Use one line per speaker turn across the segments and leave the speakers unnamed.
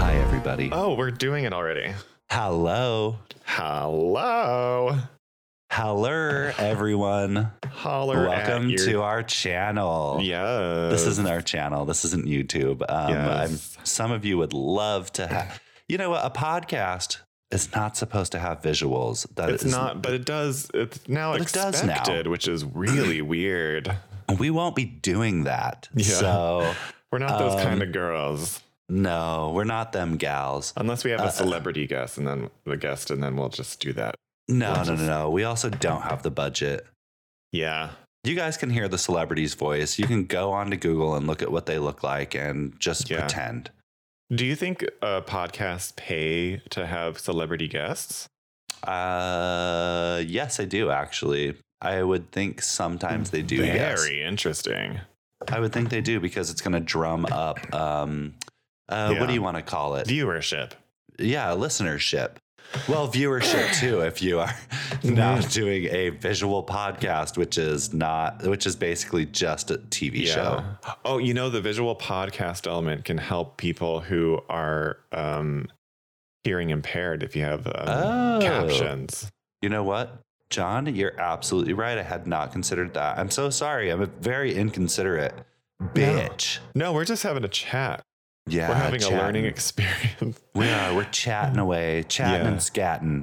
everybody.
Oh, we're doing it already.
Hello.
Hello.
Hello, everyone.
Holler.
Welcome
at your-
to our channel.
Yes.
This isn't our channel. This isn't YouTube. Um,
Yes.
I'm, some of you would love to have, you know what? A podcast is not supposed to have visuals. That
It's
is-
not, but it does. It's now
But it
expected,
does now.
which is really weird.
We won't be doing that.
Yeah.
So,
We're not those
Um,
kind of girls,
no, we're not them gals.
unless we have
uh,
a celebrity guest, and then the guest, and then we'll just do that.
No, no,
We'll
no,
just-
no. We also don't have the budget.
Yeah.
You guys can hear the celebrity's voice. You can go on to Google and look at what they look like and just
Yeah.
pretend.
Do you think uh, podcasts pay to have celebrity guests?
Uh, yes, I do actually. I would think sometimes they do.
Very
yes.
interesting.
I would think they do because it's going to drum up. Um, uh,
Yeah.
What do you want to call it?
Viewership.
yeah, listenership. Well, viewership too, if you are now
Mm-hmm.
doing a visual podcast, which is not, which is basically just a TV show.
Oh, you know, the visual podcast element can help people who are um, hearing impaired if you have um,
Oh.
captions.
You know what, John? You're absolutely right. I had not considered that. I'm so sorry. I'm a very inconsiderate bitch.
No, we're just having a chat.
Yeah,
we're having
chatting.
a learning experience.
We are. We're chatting away, chatting
Mm. Yeah.
and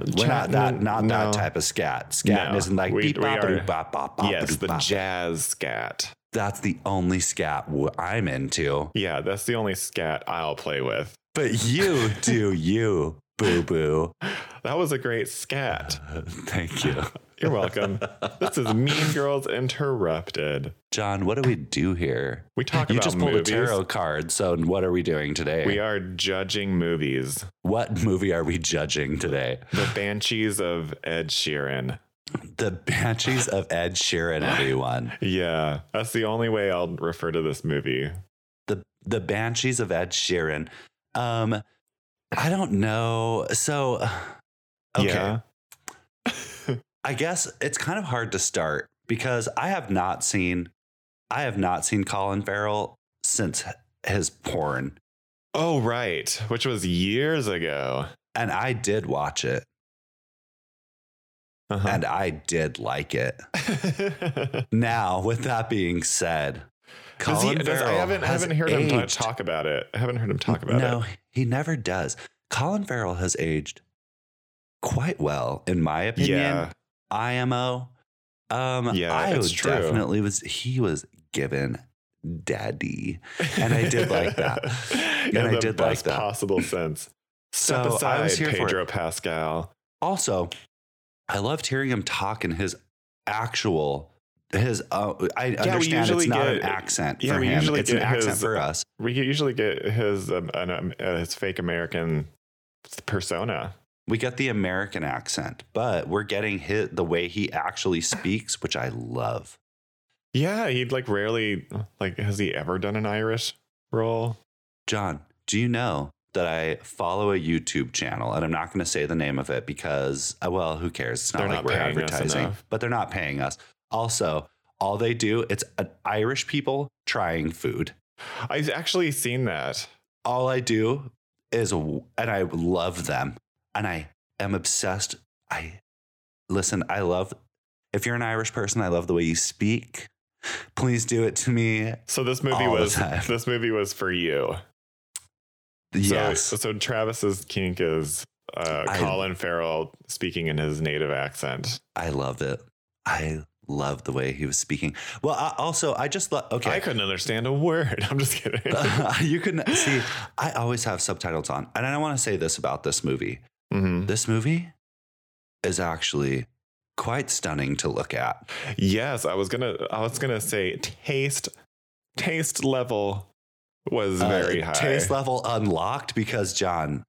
scatting. We're not
Chatting
that
and-
not that
no.
type of scat. Scatting
No.
isn't like
We-
beep
we
bop
are-
doo, bop bop bop.
yes,
doo,
the
bop.
jazz scat.
That's the only scat w- I'm into.
Yeah, that's the only scat I'll play with.
But you do you, boo boo.
That was a great scat.
Thank you,
You're welcome. this is Mean Girls Interrupted.
John. What do we do here?
We talk
You
about
just pulled
movies.
a tarot card. So what are we doing today?
We are judging movies.
What movie are we judging today?
The Banshees of Ed Sheeran.
The Banshees of Ed Sheeran, everyone.
Yeah, that's the only way I'll refer to this movie.
the the banshees of ed sheeran um i don't know so okay
Yeah.
i guess it's kind of hard to start because i have not seen i have not seen colin farrell since his porn
Oh, right. Which was years ago.
and i did watch it
Uh-huh.
and i did like it now with that being said
Does
colin
he- does-
farrell
I haven't,
has
haven't heard him ta-
aged.
talk about it. I haven't heard him talk about
no,
it.
he never does. Colin Farrell has aged quite well, in my opinion.
yeah.
IMO. Um,
Yeah,
I
it's
would
true.
definitely was. He was given daddy. And I did like that.
In
And I
the
did like
best
that.
possible sense. Step
So
aside,
I was here for.
Pedro
It.
Pascal.
Also, I loved hearing him talk in his actual. His, uh, I understand
usually
it's not
get-
an accent
yeah,
for
we
him.
usually
It's an
get
accent
his- uh,
for us.
We usually get his um, an, um, uh, his fake American persona.
We get the American accent, but we're getting hit the way he actually speaks, which I love.
Yeah, he'd like rarely like has he ever done an Irish role?
John, do you know that I follow a YouTube channel and I'm not going to say the name of it because, uh, well, who cares? It's not
They're
like
not
we're
paying us
advertising,
enough.
but they're not paying us. Also, all they do it's uh, Irish people trying food.
I've actually seen that.
All I do is, and I love them, and I am obsessed. I listen. I love. If you're an Irish person, I love the way you speak. Please do it to me.
So this movie
All the
was
time.
this movie was for you. So,
Yes.
So Travis's kink is uh,
I-
Colin Farrell speaking in his native accent.
I love it. I love the way he was speaking. Well, I, also, I just love.
I
Okay,
couldn't understand a word. I'm just kidding.
you can see. I always have subtitles on, and I don't want to say this about this movie.
Mhm.
This movie is actually quite stunning to look at.
Yes, I was gonna. I was gonna say taste. Taste level was
Uh,
very high.
Taste level unlocked because John,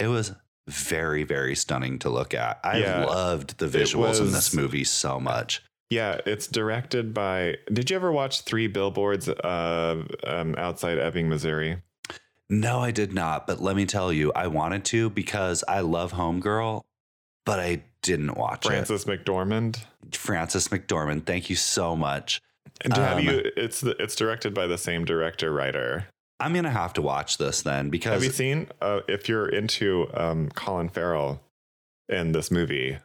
it was very very stunning to look at. I
Yeah.
loved the visuals in
was-
this movie so much.
yeah, it's directed by. Did you ever watch Three Billboards uh, um, outside Ebbing, Missouri?
No, I did not. But let me tell you, I wanted to because I love Homegirl, but I didn't watch it.
Francis McDormand.
Francis McDormand, thank you so much.
And to have
Um,
you, it's it's directed by the same director writer.
I'm gonna have to watch this then
Have
because
you seen uh, if you're into um, Colin Farrell in this movie?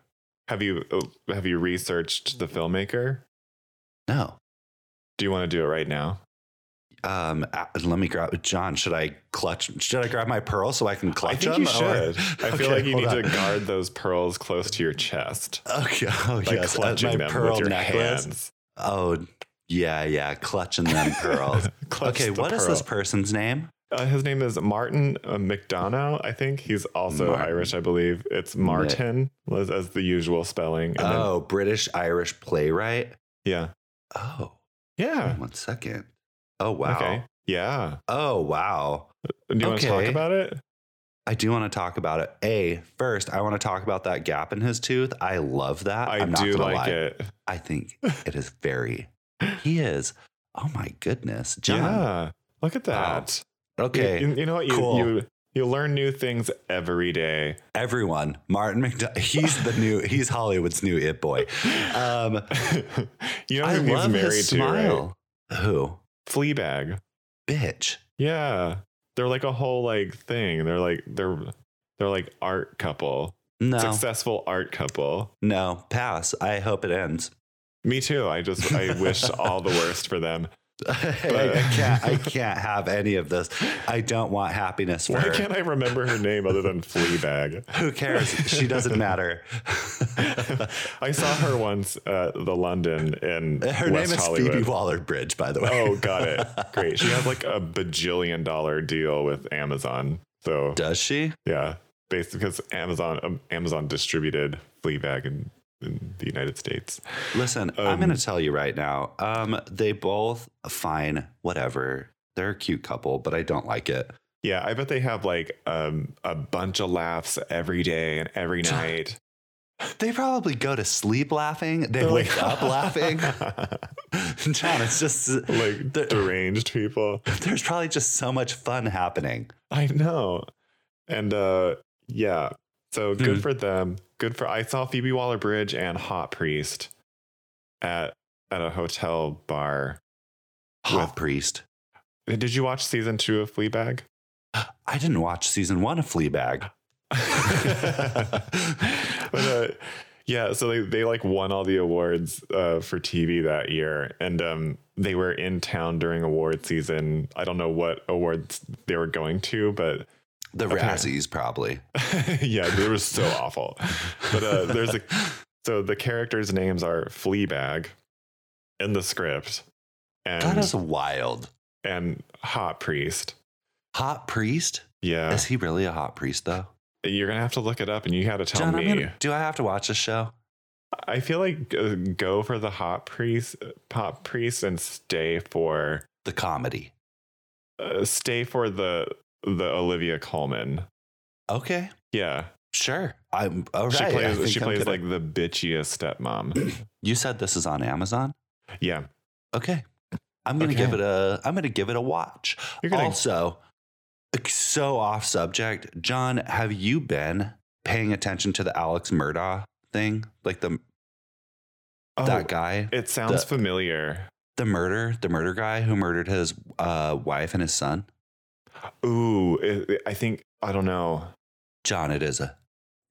Have you uh, have you researched the filmmaker?
no.
Do you want to do it right now?
Um, uh, let me grab John. Should I clutch? Should I grab my pearl so I can clutch?
I think
them,
you
or-
should. I feel
Okay,
like you
hold
need
on.
to guard those pearls close to your chest,
Okay. Oh
like
yes. uh,
clutching
my
them
pearl
with your
necklace.
hands.
Oh yeah, yeah. Clutching them pearls.
Clutch
okay.
the
What is
pearl.
this person's name?
Uh, his name is Martin uh, McDonough. I think he's also
Martin.
Irish. I believe it's Martin as, as the usual spelling. and then-
Oh, British Irish playwright.
yeah,
Oh,
yeah.
one second. Oh wow.
Okay, yeah.
Oh wow.
Do you want to talk
Okay.
about it?
I do want to talk about it. A first, I want to talk about that gap in his tooth. I love that.
I
I'm not
do
gonna
like
lie.
it.
I think it is very. He is. Oh my goodness, John.
Yeah, look at
Wow.
that. You-
Okay,
you, you know what? You,
cool.
you you learn new things every day.
everyone. Martin McDonough. He's the new. He's Hollywood's new it boy. Um,
you know
I
who he's
love
married
his
to, right?
smile. Who?
Fleabag.
Bitch.
Yeah, they're like a whole like thing. They're like they're they're like art couple,
No,
successful art couple.
no. Pass. I hope it ends.
Me too. I just I wish all the worst for them.
I, I can't. I can't have any of this. I don't want happiness for
Why
her.
can't I remember her name other than Fleabag?
Who cares? She doesn't matter.
I saw her once at the London in
Her
West
name is
Hollywood.
Phoebe Waller Bridge, by the way.
Oh, got it. Great. She has like a bajillion dollar deal with Amazon. So
Does she?
yeah, basically because Amazon um, Amazon distributed Fleabag in, in the United States.
Listen,
Um,
I'm going to tell you right now. Um, they both fine, whatever. They're a cute couple, but I don't like it.
Yeah, I bet they have like um, a bunch of laughs every day and every night.
They probably go to sleep laughing. They
They're
wake up laughing.
like
John, it's just They're-
deranged people.
there's probably just so much fun happening.
I know. And uh yeah. So good
Hmm.
for them. Good for I saw Phoebe Waller Bridge and Hot Priest at at a hotel bar.
Hot
With-
priest.
Did you watch season two of Fleabag?
I didn't watch season one of Fleabag.
but uh yeah, so they, they like won all the awards uh, for TV that year, and um, they were in town during award season. I don't know what awards they were going to, but
The
Okay.
Razzies, probably.
yeah, they were so awful. But uh, there's a so the characters' names are Fleabag in the script,
That
and
is wild.
and Hot Priest.
Hot priest?
Yeah,
Is he really a hot priest though?
you're gonna have to look it up, and you had to tell
John, I'm
me.
gonna, do I have to watch this show?
I feel like uh, go for the Hot Priest, Pop Priest, and stay for
The comedy.
uh, stay for the the Olivia Colman.
Okay,
Yeah,
sure. I'm all right.
she
I
plays
think
she
I'm
plays
gonna-
like the bitchiest stepmom.
you said. This is on Amazon.
yeah,
Okay, I'm gonna
Okay.
give it a. I'm gonna give it a watch.
you're gonna
Also, so off subject, John. Have you been paying attention to the Alex Murdaugh thing? Like the
oh,
that guy,
It sounds
the-
familiar.
the murder, the murder guy who murdered his uh, wife and his son.
Ooh, it, it- I think I don't know.
John, it is a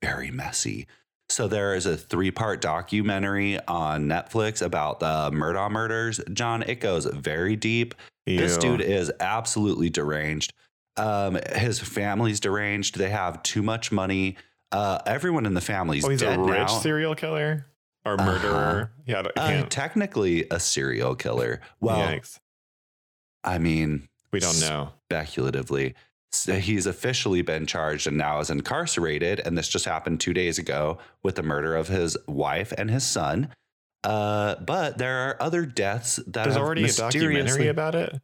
very messy. So there is a three-part documentary on Netflix about the Murdaugh murders. John, it goes very deep. This
Ew.
dude is absolutely deranged. Um, his family's deranged. They have too much money. Uh, everyone in the family's
oh, he's a
dead
rich
now. Uh-huh.
serial killer or murderer. Yeah, I don't-
Uh,
can't-
technically a serial killer. Well,
yikes.
I mean,
we don't know.
speculatively. So he's officially been charged and now is incarcerated. And this just happened two days ago with the murder of his wife and his son. Uh, but there are other deaths that
There's
have
already a documentary
mysteriously-
about it.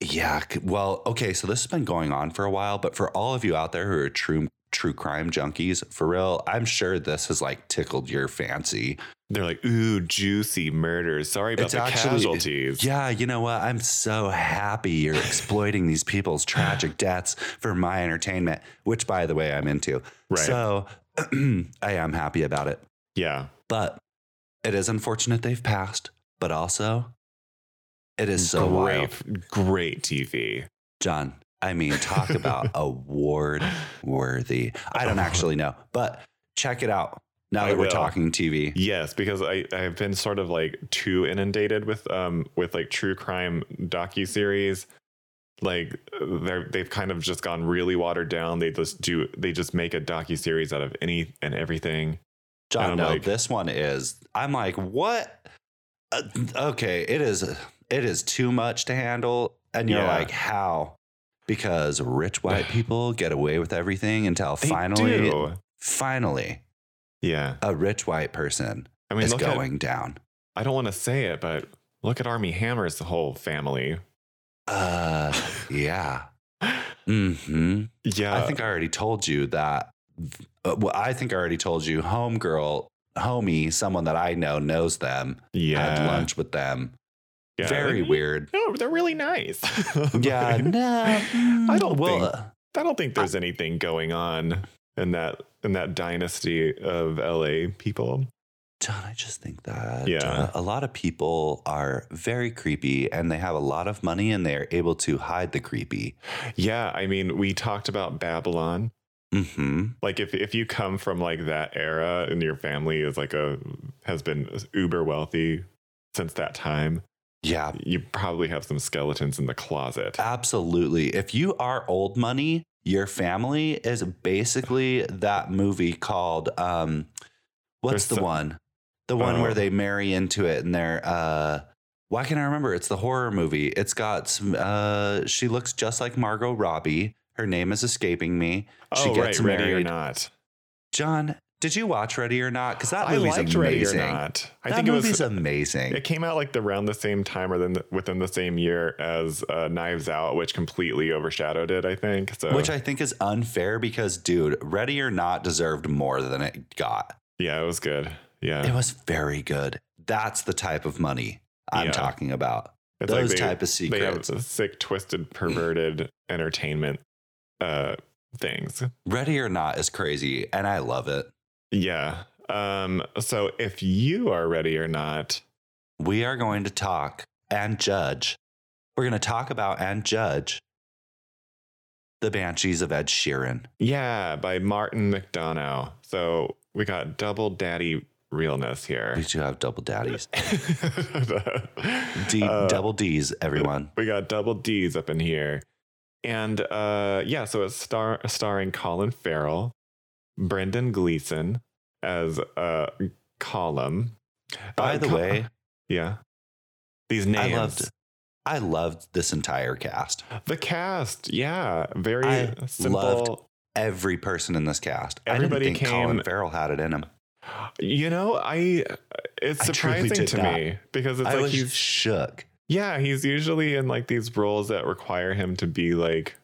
Yeah. c- Well, okay. So this has been going on for a while, but for all of you out there who are true true crime junkies, for real, I'm sure this has like tickled your fancy.
They're like, ooh, juicy murders. Sorry about
It's
the
actually-
casualties.
Yeah, you know what? I'm so happy you're exploiting these people's tragic deaths for my entertainment, which by the way, I'm into.
right.
So I am happy about it.
yeah,
But it is unfortunate they've passed, but also it is so
great,
wild.
great TV.
John, I mean, talk about award worthy. I don't actually know, but check it out now
I
that we're
will.
talking TV.
Yes, because I I've been sort of like too inundated with um with like true crime docu series. Like they're they've kind of just gone really watered down. They just do they just make a docu series out of any and everything.
John,
I'm
no,
like-
this one is. I'm like, what? Uh, okay, it is. It is too much to handle, and you're
Yeah.
like, how? Because rich white people get away with everything until
They
finally,
do.
finally,
yeah.
a rich white person
I mean,
is
look at
going down.
I don't want to say it, but look at Army Hammer's whole family.
Uh, yeah. Hmm.
Yeah,
I think I already told you that. Uh, well, I think I already told you, homegirl, homie, someone that I know knows them.
yeah,
Had lunch with them.
Yeah.
Very weird.
No, they're really nice.
Yeah,
Like,
no,
I don't
mm,
think-
uh,
I don't think there's anything going on in that in that dynasty of LA people.
John, I just think that
Yeah.
uh, a lot of people are very creepy, and they have a lot of money, and they are able to hide the creepy.
Yeah, I mean, we talked about Babylon.
hmm
Like if if you come from like that era and your family is like a has been uber wealthy since that time,
Yeah,
you probably have some skeletons in the closet.
absolutely. If you are old money, your family is basically that movie called um, what's
There's
the
some-
one? The one where
Oh.
they marry into it, and they're uh, why can't I remember? It's the horror movie. It's got some. Uh, she looks just like Margot Robbie. Her name is escaping me. She
oh,
gets
right, ready or
married.
not.
John, did you watch Ready or Not? Because that
I
movie's
liked
amazing.
Ready or Not. I
that
think it
movie's
was
amazing.
it came out like the- around the same time or then the, within the same year as uh, Knives Out, which completely overshadowed it. I think so.
Which I think is unfair because, dude, Ready or Not deserved more than it got.
yeah, it was good. Yeah,
It was very good. That's the type of money I'm
Yeah.
talking about.
It's
Those
they-
type of
They have
secrets. Mm.
sick, twisted, perverted entertainment uh, things.
Ready or Not is crazy, and I love it.
Yeah. Um, so if you are ready or not,
We are going to talk and judge. We're going to talk about and judge the Banshees of Ed Sheeran.
yeah, by Martin McDonough. So we got double daddy realness here.
We do have double daddies, D,
Uh,
double D's, everyone.
We got double D's up in here. And uh, yeah, so it's star- starring Colin Farrell, Brendan Gleeson as uh, Colum.
By
Uh,
the
Co-
way,
yeah, these names.
I loved I loved this entire cast.
the cast. Yeah, very
I
simple.
loved- Every person in this cast.
Everybody
I didn't think
came-
Colin Farrell had it in him.
You know, I it's
I truly
surprising
did
to
not.
me because it's
I
like
was
he's
shook.
yeah he's usually in like these roles that require him to be like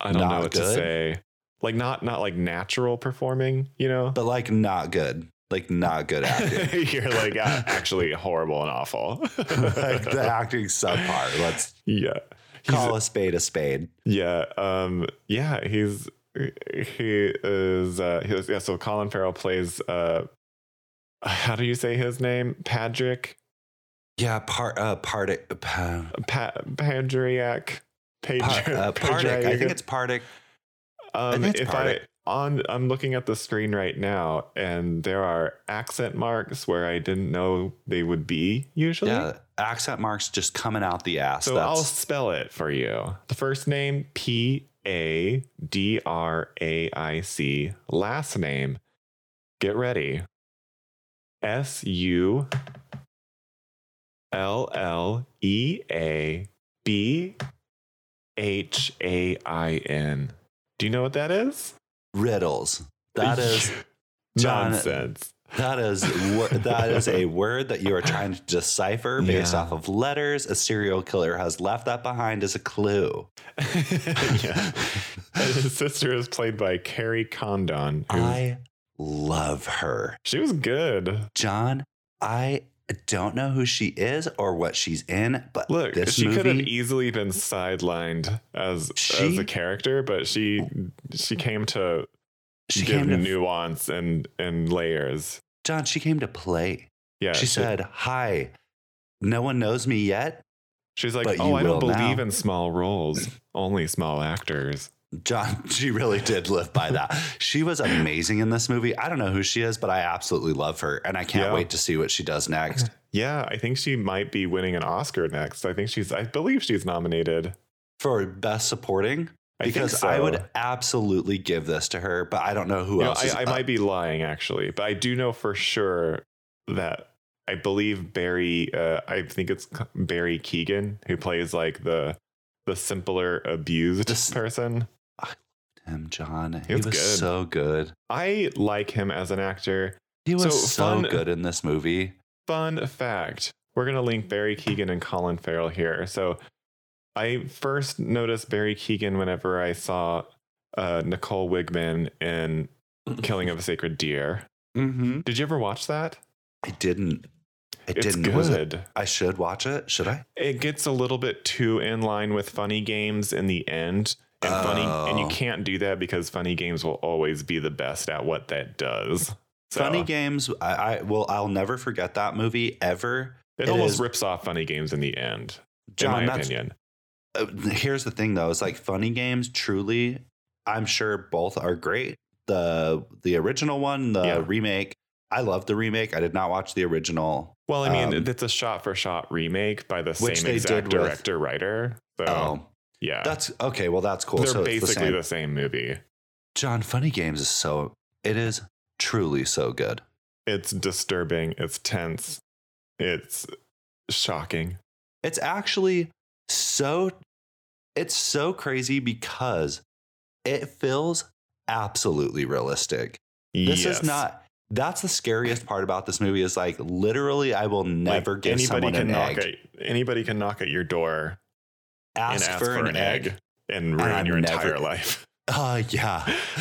I don't
Not
know what to
good?
say. Like not not like natural performing, you know.
But like not good. Like not good acting.
You're like "Ah, actually horrible and awful.
like the acting subpar. Let's
Yeah. He's-
call a spade a spade.
yeah. Um, yeah. He's he is uh, he was, yeah. So Colin Farrell plays uh, how do you say his name? Patrick
Yeah, part uh part uh,
pa- Pandriak.
Par- uh, Pardick. I think it's Pardick.
Um,
think it's
if
Pardick.
I on I'm looking at the screen right now, and there are accent marks where I didn't know they would be usually.
Yeah, accent marks just coming out the ass.
So I'll
That's
spell it for you. The first name P A D R A I C. Last name, get ready. S U L L E A B H A I N. Do you know what that is?
riddles. That is John-
nonsense.
That is wor- that is a word that you are trying to decipher based
Yeah.
off of letters. A serial killer has left that behind as a clue.
yeah. And his sister is played by Carrie Condon. who's-
I love her,
she was good.
John. I don't know who she is or what she's in, but
Look,
this
she could have
movie,
easily been sidelined as as
She-
a character, but she she came to
she
give
came to
nuance and and layers.
John. She came to play.
Yeah,
she said, "Hi, no one knows me yet.
She's like,
But
oh,
you
I don't
will now."
believe in small roles, only small actors.
John, she really did live by that. She was amazing in this movie. I don't know who she is, but I absolutely love her. And I can't
Yeah.
wait to see what she does next.
Yeah, I think she might be winning an Oscar next. I think she's, I believe she's nominated.
For best supporting,
I think
because
so.
I would absolutely give this to her, but I don't know who
You know,
else. is
I, I
up.
might be lying actually, but I do know for sure that I believe Barry. Uh, I think it's C- Barry Keegan who plays like the the simpler abused
This-
person.
him, John. He was
was good.
so good.
I like him as an actor.
He was so,
So fun-
good in this movie.
Fun fact: We're gonna link Barry Keegan and Colin Farrell here. So I first noticed Barry Keegan whenever I saw uh, Nicole Wigman in Killing of a Sacred Deer.
Mm-hmm.
Did you ever watch that?
I didn't. I
It's
didn't.
good.
Was it? I should watch it. Should I?
it gets a little bit too in line with funny games in the end and funny and you
Oh.
can't do that because funny games will always be the best at what that does so
Funny Games. I, I will. I'll never forget that movie ever.
it,
it
almost
is-
rips off funny games in the end
John,
in my
that's
opinion
uh, here's the thing though it's like funny games truly i'm sure both are great the the original one the
Yeah.
remake i love the remake i did not watch the original
well i mean
um,
it's a shot for shot remake by the
which
same
they
exact
did with-
director writer so
oh
yeah
that's okay well that's cool
they're
so it's the
basically
same.
the same. movie
john funny games is so it is truly so good
it's disturbing it's tense it's shocking
it's actually so it's so crazy because it feels absolutely realistic This
Yes.
is not. That's the scariest part about this movie. Is like literally, I will
Like,
never give someone
can
an
knock
egg.
at anybody can knock at your door
ask,
and ask
for, an egg.
and
And
ruin
I'm
your entire
never-
life.
Uh, yeah.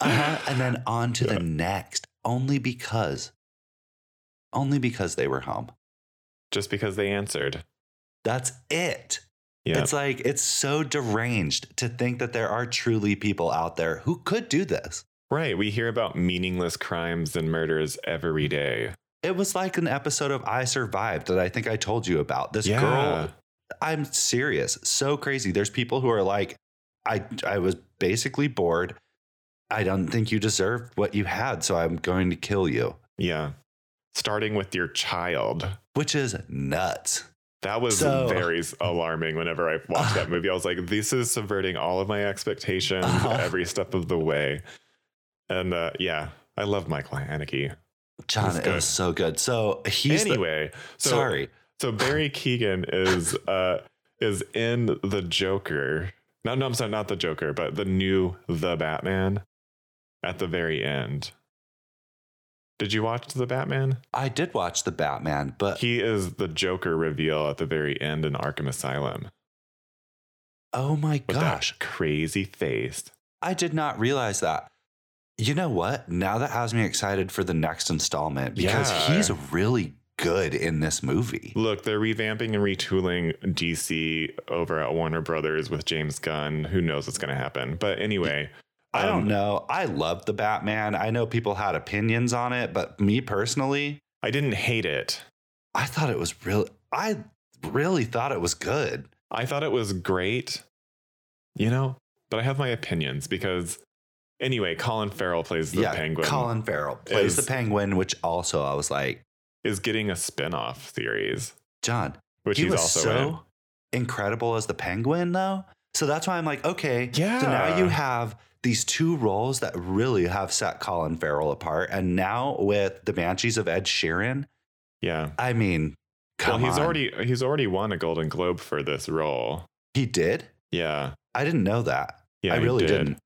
uh-huh. And then on to the next, only because, only because they were home.
Just because they answered.
That's it.
Yeah.
It's like it's so deranged to think that there are truly people out there who could do this.
right. We hear about meaningless crimes and murders every day.
It was like an episode of I Survived that I think I told you about. This girl I'm serious. So crazy. There's people who are like, I I was basically bored. I don't think you deserved what you had, so I'm going to kill you.
Yeah. Starting with your child.
Which is nuts.
That was
So-
very s- alarming whenever I watched that movie. I was like, this is subverting all of my expectations
Uh-huh.
every step of the way. And uh, yeah, I love Michael Haneke.
John,
It's
it was
good.
so good. So he's the-
anyway, so
sorry.
So Barry Keegan is uh is in the Joker. No, no, I'm sorry, not the Joker, but the new The Batman at the very end. Did you watch The Batman?
I did watch the Batman, but
He is the Joker reveal at the very end in Arkham Asylum.
oh my
With
gosh.
that crazy face.
I did not realize that. You know what? Now that has me excited for the next installment because
Yeah.
he's really good in this movie.
Look, they're revamping and retooling DC over at Warner Brothers with James Gunn. Who knows what's gonna happen? But anyway,
I don't
um,
know. I love the Batman. I know people had opinions on it, but me personally,
I didn't hate it.
I thought it was real. I really thought it was good.
I thought it was great, you know, but I have my opinions because anyway, Colin Farrell plays the penguin
Colin Farrell plays
is-
the Penguin, which also I was like,
is getting a spin-off series,
John,
which
he
he's
was
also in.
so incredible as the Penguin, though. So that's why I'm like, okay, So now
Yeah.
you have these two roles that really have set Colin Farrell apart, and now with the Banshees of Ed Sheeran,
Yeah.
I mean, come
well, he's
on.
already he's already won a Golden Globe for this role.
he did.
Yeah.
I didn't know that.
Yeah.
I
he
really
did.
didn't.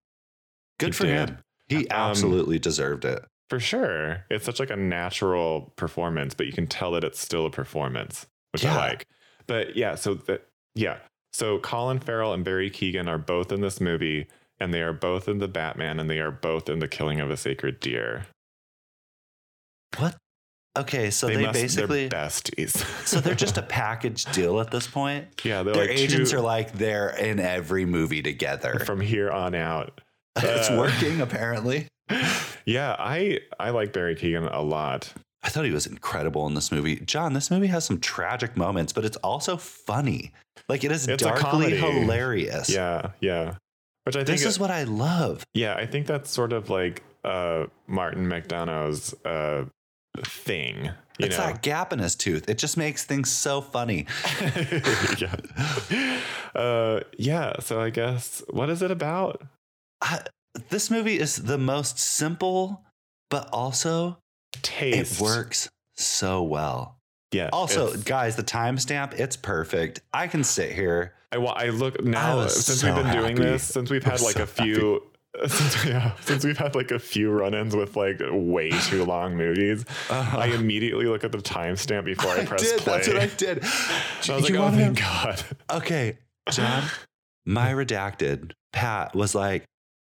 Good
He
for
did.
him. He
Um,
absolutely deserved it.
For sure. It's such like a natural performance, but you can tell that it's still a performance, which
Yeah.
I like. But yeah, so that yeah. So Colin Farrell and Barry Keegan are both in this movie, and they are both in the Batman and they are both in the killing of a sacred deer.
What? Okay, so they, basically
they're besties.
so they're just a package deal at this point.
yeah, they're
Their
like
agents
two-
are like they're in every movie together.
from here on out.
it's
uh,
working apparently.
yeah, I I like Barry Keegan a lot.
I thought he was incredible in this movie. John, this movie has some tragic moments, but it's also funny. Like it is
It's a
darkly
comedy.
hilarious.
Yeah, yeah. Which I think
This is what I love.
Yeah, I think that's sort of like uh Martin McDonough's uh thing. You
it's
know?
that gap in his tooth. It just makes things so funny.
yeah. Uh yeah, so I guess what is it about?
I, this movie is the most simple, but also
Taste.
it works so well.
Yeah.
Also,
it's-
guys, the timestamp, it's perfect. I can sit here.
I wa- I look now
was
since
so
we've been doing
happy.
this, since we've
I'm
had like
so
a few since, yeah, since we've had like a few run-ins with like way too long movies, I immediately look at the timestamp before I, press
did.
play.
That's what Uh-huh. I did.
So I was
You
like, oh,
wanna-
thank God.
Okay, John, my redacted Pat was like,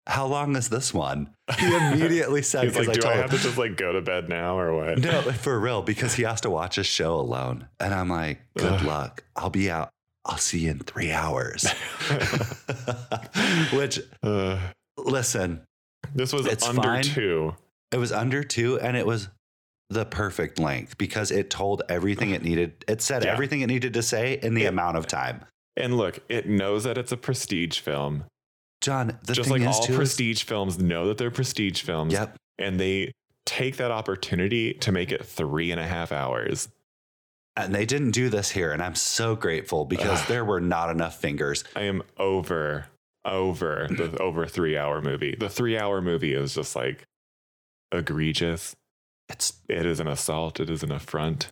"How long is this one?" He immediately said,
He's like,
because
do I
told
have to just like go to bed now or what?
him, "No, for real," because he has to watch a show alone, and I'm like, "Good
Ugh.
luck. I'll be out. I'll see you in three hours." Which,
Uh,
listen,
this was
It's
under
fine.
two.
it was under two, and it was the perfect length because it told everything it needed. It said
Yeah.
everything it needed to say in the
It-
amount of time.
And look, it knows that it's a prestige film.
John, the
Just
thing
like
is,
all
too, is-
prestige films know that they're prestige films.
Yep.
And they take that opportunity to make it three and a half hours.
And they didn't do this here. And I'm so grateful because
Ugh.
there were not enough fingers.
I am over, over the over three hour movie. The three hour movie is just like egregious.
It's
It is an assault. It is an affront.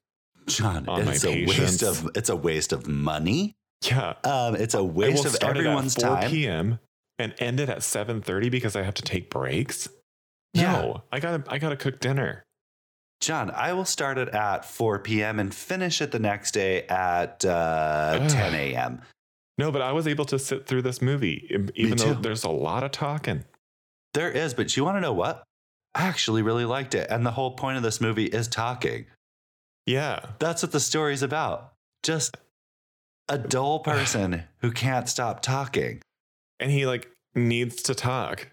John.
On my
it's a
patience.
waste of it's a waste of money.
Yeah.
Um, it's a
I
waste
will
of
start it
everyone's
at 4
time.
p.m. and end it at 7:30 because I have to take breaks.
Yeah.
No, I gotta I gotta cook dinner.
John, I will start it at 4 p.m. and finish it the next day at uh,
Ugh.
10 a.m.
No, but I was able to sit through this movie, e- even though
too.
there's a lot of talking.
There is, but you want to know what? I actually really liked it. And the whole point of this movie is talking.
Yeah,
That's what the story's about. Just a dull person who can't stop talking.
and he like needs to talk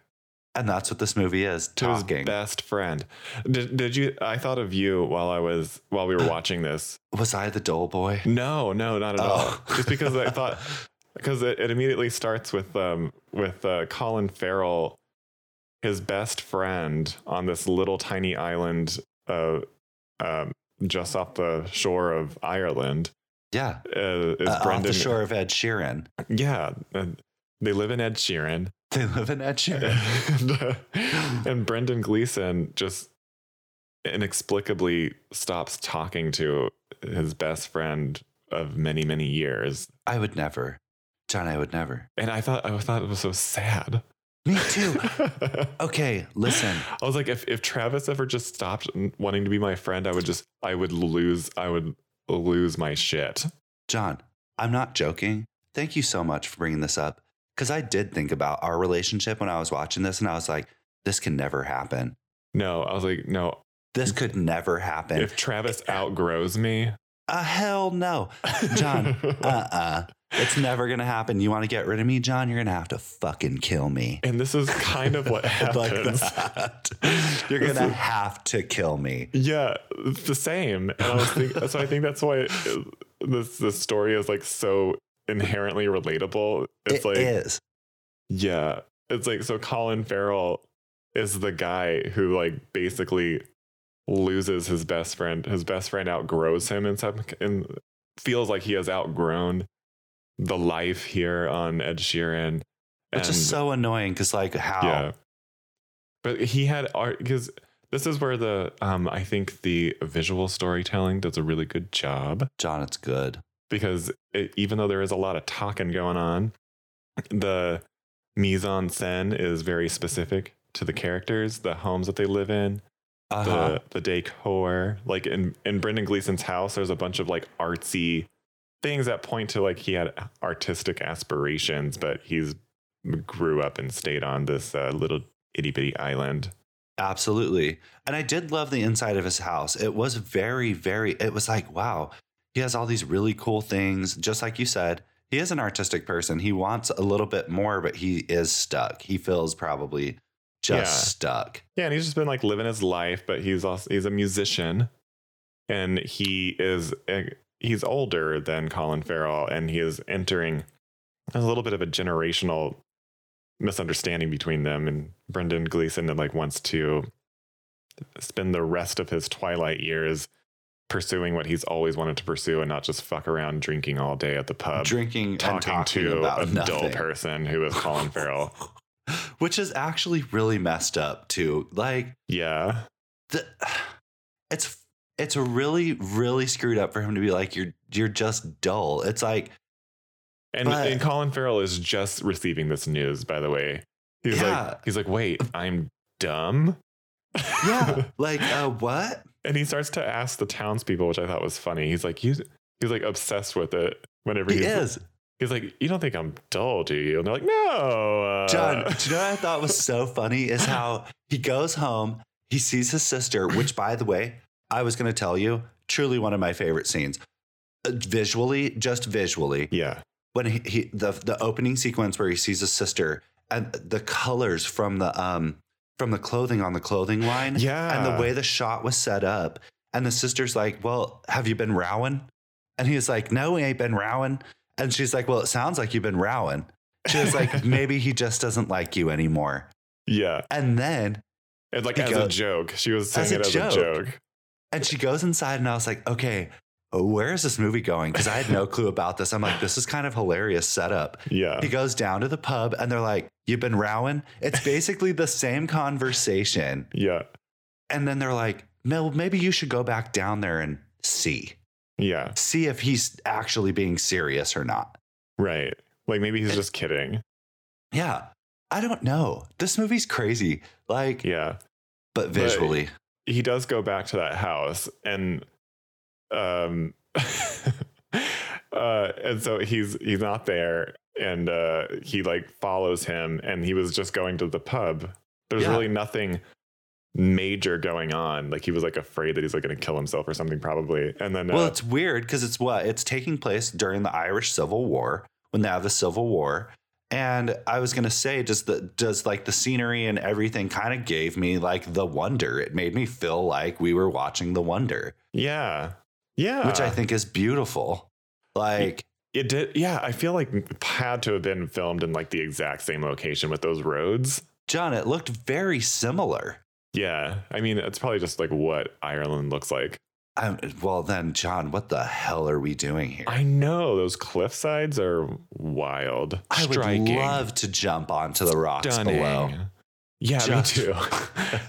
And that's what this movie is
to his
talking.
best friend. Did, did you? I thought of you while I was while we were watching this.
Was I the dull boy?
No, no, not at
Oh.
all. Just because I thought because it, it immediately starts with um with uh, Colin Farrell, his best friend on this little tiny island uh um just off the shore of Ireland
Yeah.
uh, is
Uh, off
Brendan.
the shore of Ed Sheeran.
Yeah, and they live in Ed Sheeran,
They live in Ed Sheeran.
and, uh, and Brendan Gleeson just inexplicably stops talking to his best friend of many many years
I would never. John, I would never.
and I thought I thought it was so sad.
Me too.
I
Okay, listen.
was like, if if Travis ever just stopped wanting to be my friend, I would just I would lose I would lose my shit.
John, I'm not joking. Thank you so much for bringing this up because I did think about our relationship when I was watching this and I was like, this can never happen.
No, I was like, no.
This could never happen.
If Travis outgrows me,
uh, hell no. John, Uh uh It's never going to happen. You want to get rid of me, John? You're going to have to fucking kill me.
and this is kind of what
Like
happens.
that. You're going to have to kill me.
Yeah, it's the same. And I was think, so I think that's why this this story is like so inherently relatable. It's
It
like
is.
Yeah. It's like so Colin Farrell is the guy who like basically loses his best friend. His best friend outgrows him in some and feels like he has outgrown the life here on Ed Sheeran.
Which is so annoying because, like, how?
yeah. But he had art because this is where the um I think the visual storytelling does a really good job
John, it's good.
because it, even though there is a lot of talking going on, the mise en scène is very specific to the characters, the homes that they live in,
Uh-huh.
the the decor. Like in in Brendan Gleeson's house, there's a bunch of like artsy things that point to like he had artistic aspirations, but he's grew up and stayed on this uh, little itty bitty island.
Absolutely. And I did love the inside of his house. It was very, very, it was like, wow, he has all these really cool things. Just like you said, he is an artistic person. He wants a little bit more, but he is stuck. He feels probably just
Yeah.
stuck.
Yeah, and he's just been like living his life, but he's also he's a musician. and he is eh, he's older than Colin Farrell, and he is entering a little bit of a generational misunderstanding between them. And Brendan Gleeson like wants to spend the rest of his twilight years pursuing what he's always wanted to pursue, and not just fuck around drinking all day at the pub,
drinking
Uh, talking,
and talking
to
about
a dull
nothing.
person who is Colin Farrell.
Which is actually really messed up too. Like
yeah,
the, it's it's really really screwed up for him to be like you're you're just dull. It's like
And,
But-
and Colin Farrell is just receiving this news, by the way. He's
Yeah.
like, he's like, wait, I'm dumb.
yeah, like uh, what?
and he starts to ask the townspeople, which I thought was funny. He's like, he's he's like obsessed with it. Whenever
He
he's,
is
he's like, you don't think I'm dull, do you? And they're like, no, uh,
John. do you know what I thought was so funny is how he goes home, he sees his sister, which by the way, I was going to tell you, truly one of my favorite scenes. Uh, Visually, just visually,
yeah,
when he, he the the opening sequence where he sees his sister and the colors from the um from the clothing on the clothing line
yeah,
and the way the shot was set up and the sister's like well have you been rowing and he's like no we ain't been rowing and she's like well it sounds like you've been rowing she's like maybe he just doesn't like you anymore
yeah,
and then
and like
He
as a
goes-
joke, she was saying
As a
it as a
joke.
joke.
and she goes inside and i was like okay oh, where is this movie going because i had no clue about this i'm like this is kind of hilarious setup
Yeah,
He goes down to the pub and they're like, You've been rowing? It's basically the same conversation.
yeah,
And then they're like, Mel, maybe you should go back down there and see.
yeah,
See if he's actually being serious or not.
right. Like maybe he's just kidding.
Yeah. I don't know. This movie's crazy. Like,
Yeah.
but visually.
he does go back to that house and um uh and so he's he's not there and uh he like follows him and he was just going to the pub there's
Yeah.
really nothing major going on like he was like afraid that he's like gonna kill himself or something probably and then uh,
Well, it's weird because it's what? It's taking place during the Irish Civil War when they have the Civil War. And I was gonna say, does the does like the scenery and everything kind of gave me like the wonder. It made me feel like we were watching the wonder.
yeah yeah
which I think is beautiful. Like,
it did yeah i feel like it had to have been filmed in like the exact same location with those roads
John, it looked very similar.
yeah i mean it's probably just like what ireland looks like
i well, then, John, what the hell are we doing here?
I know those cliff sides are wild.
I would love to jump onto the rocks
Stunning.
below.
Yeah,
Just-
me too.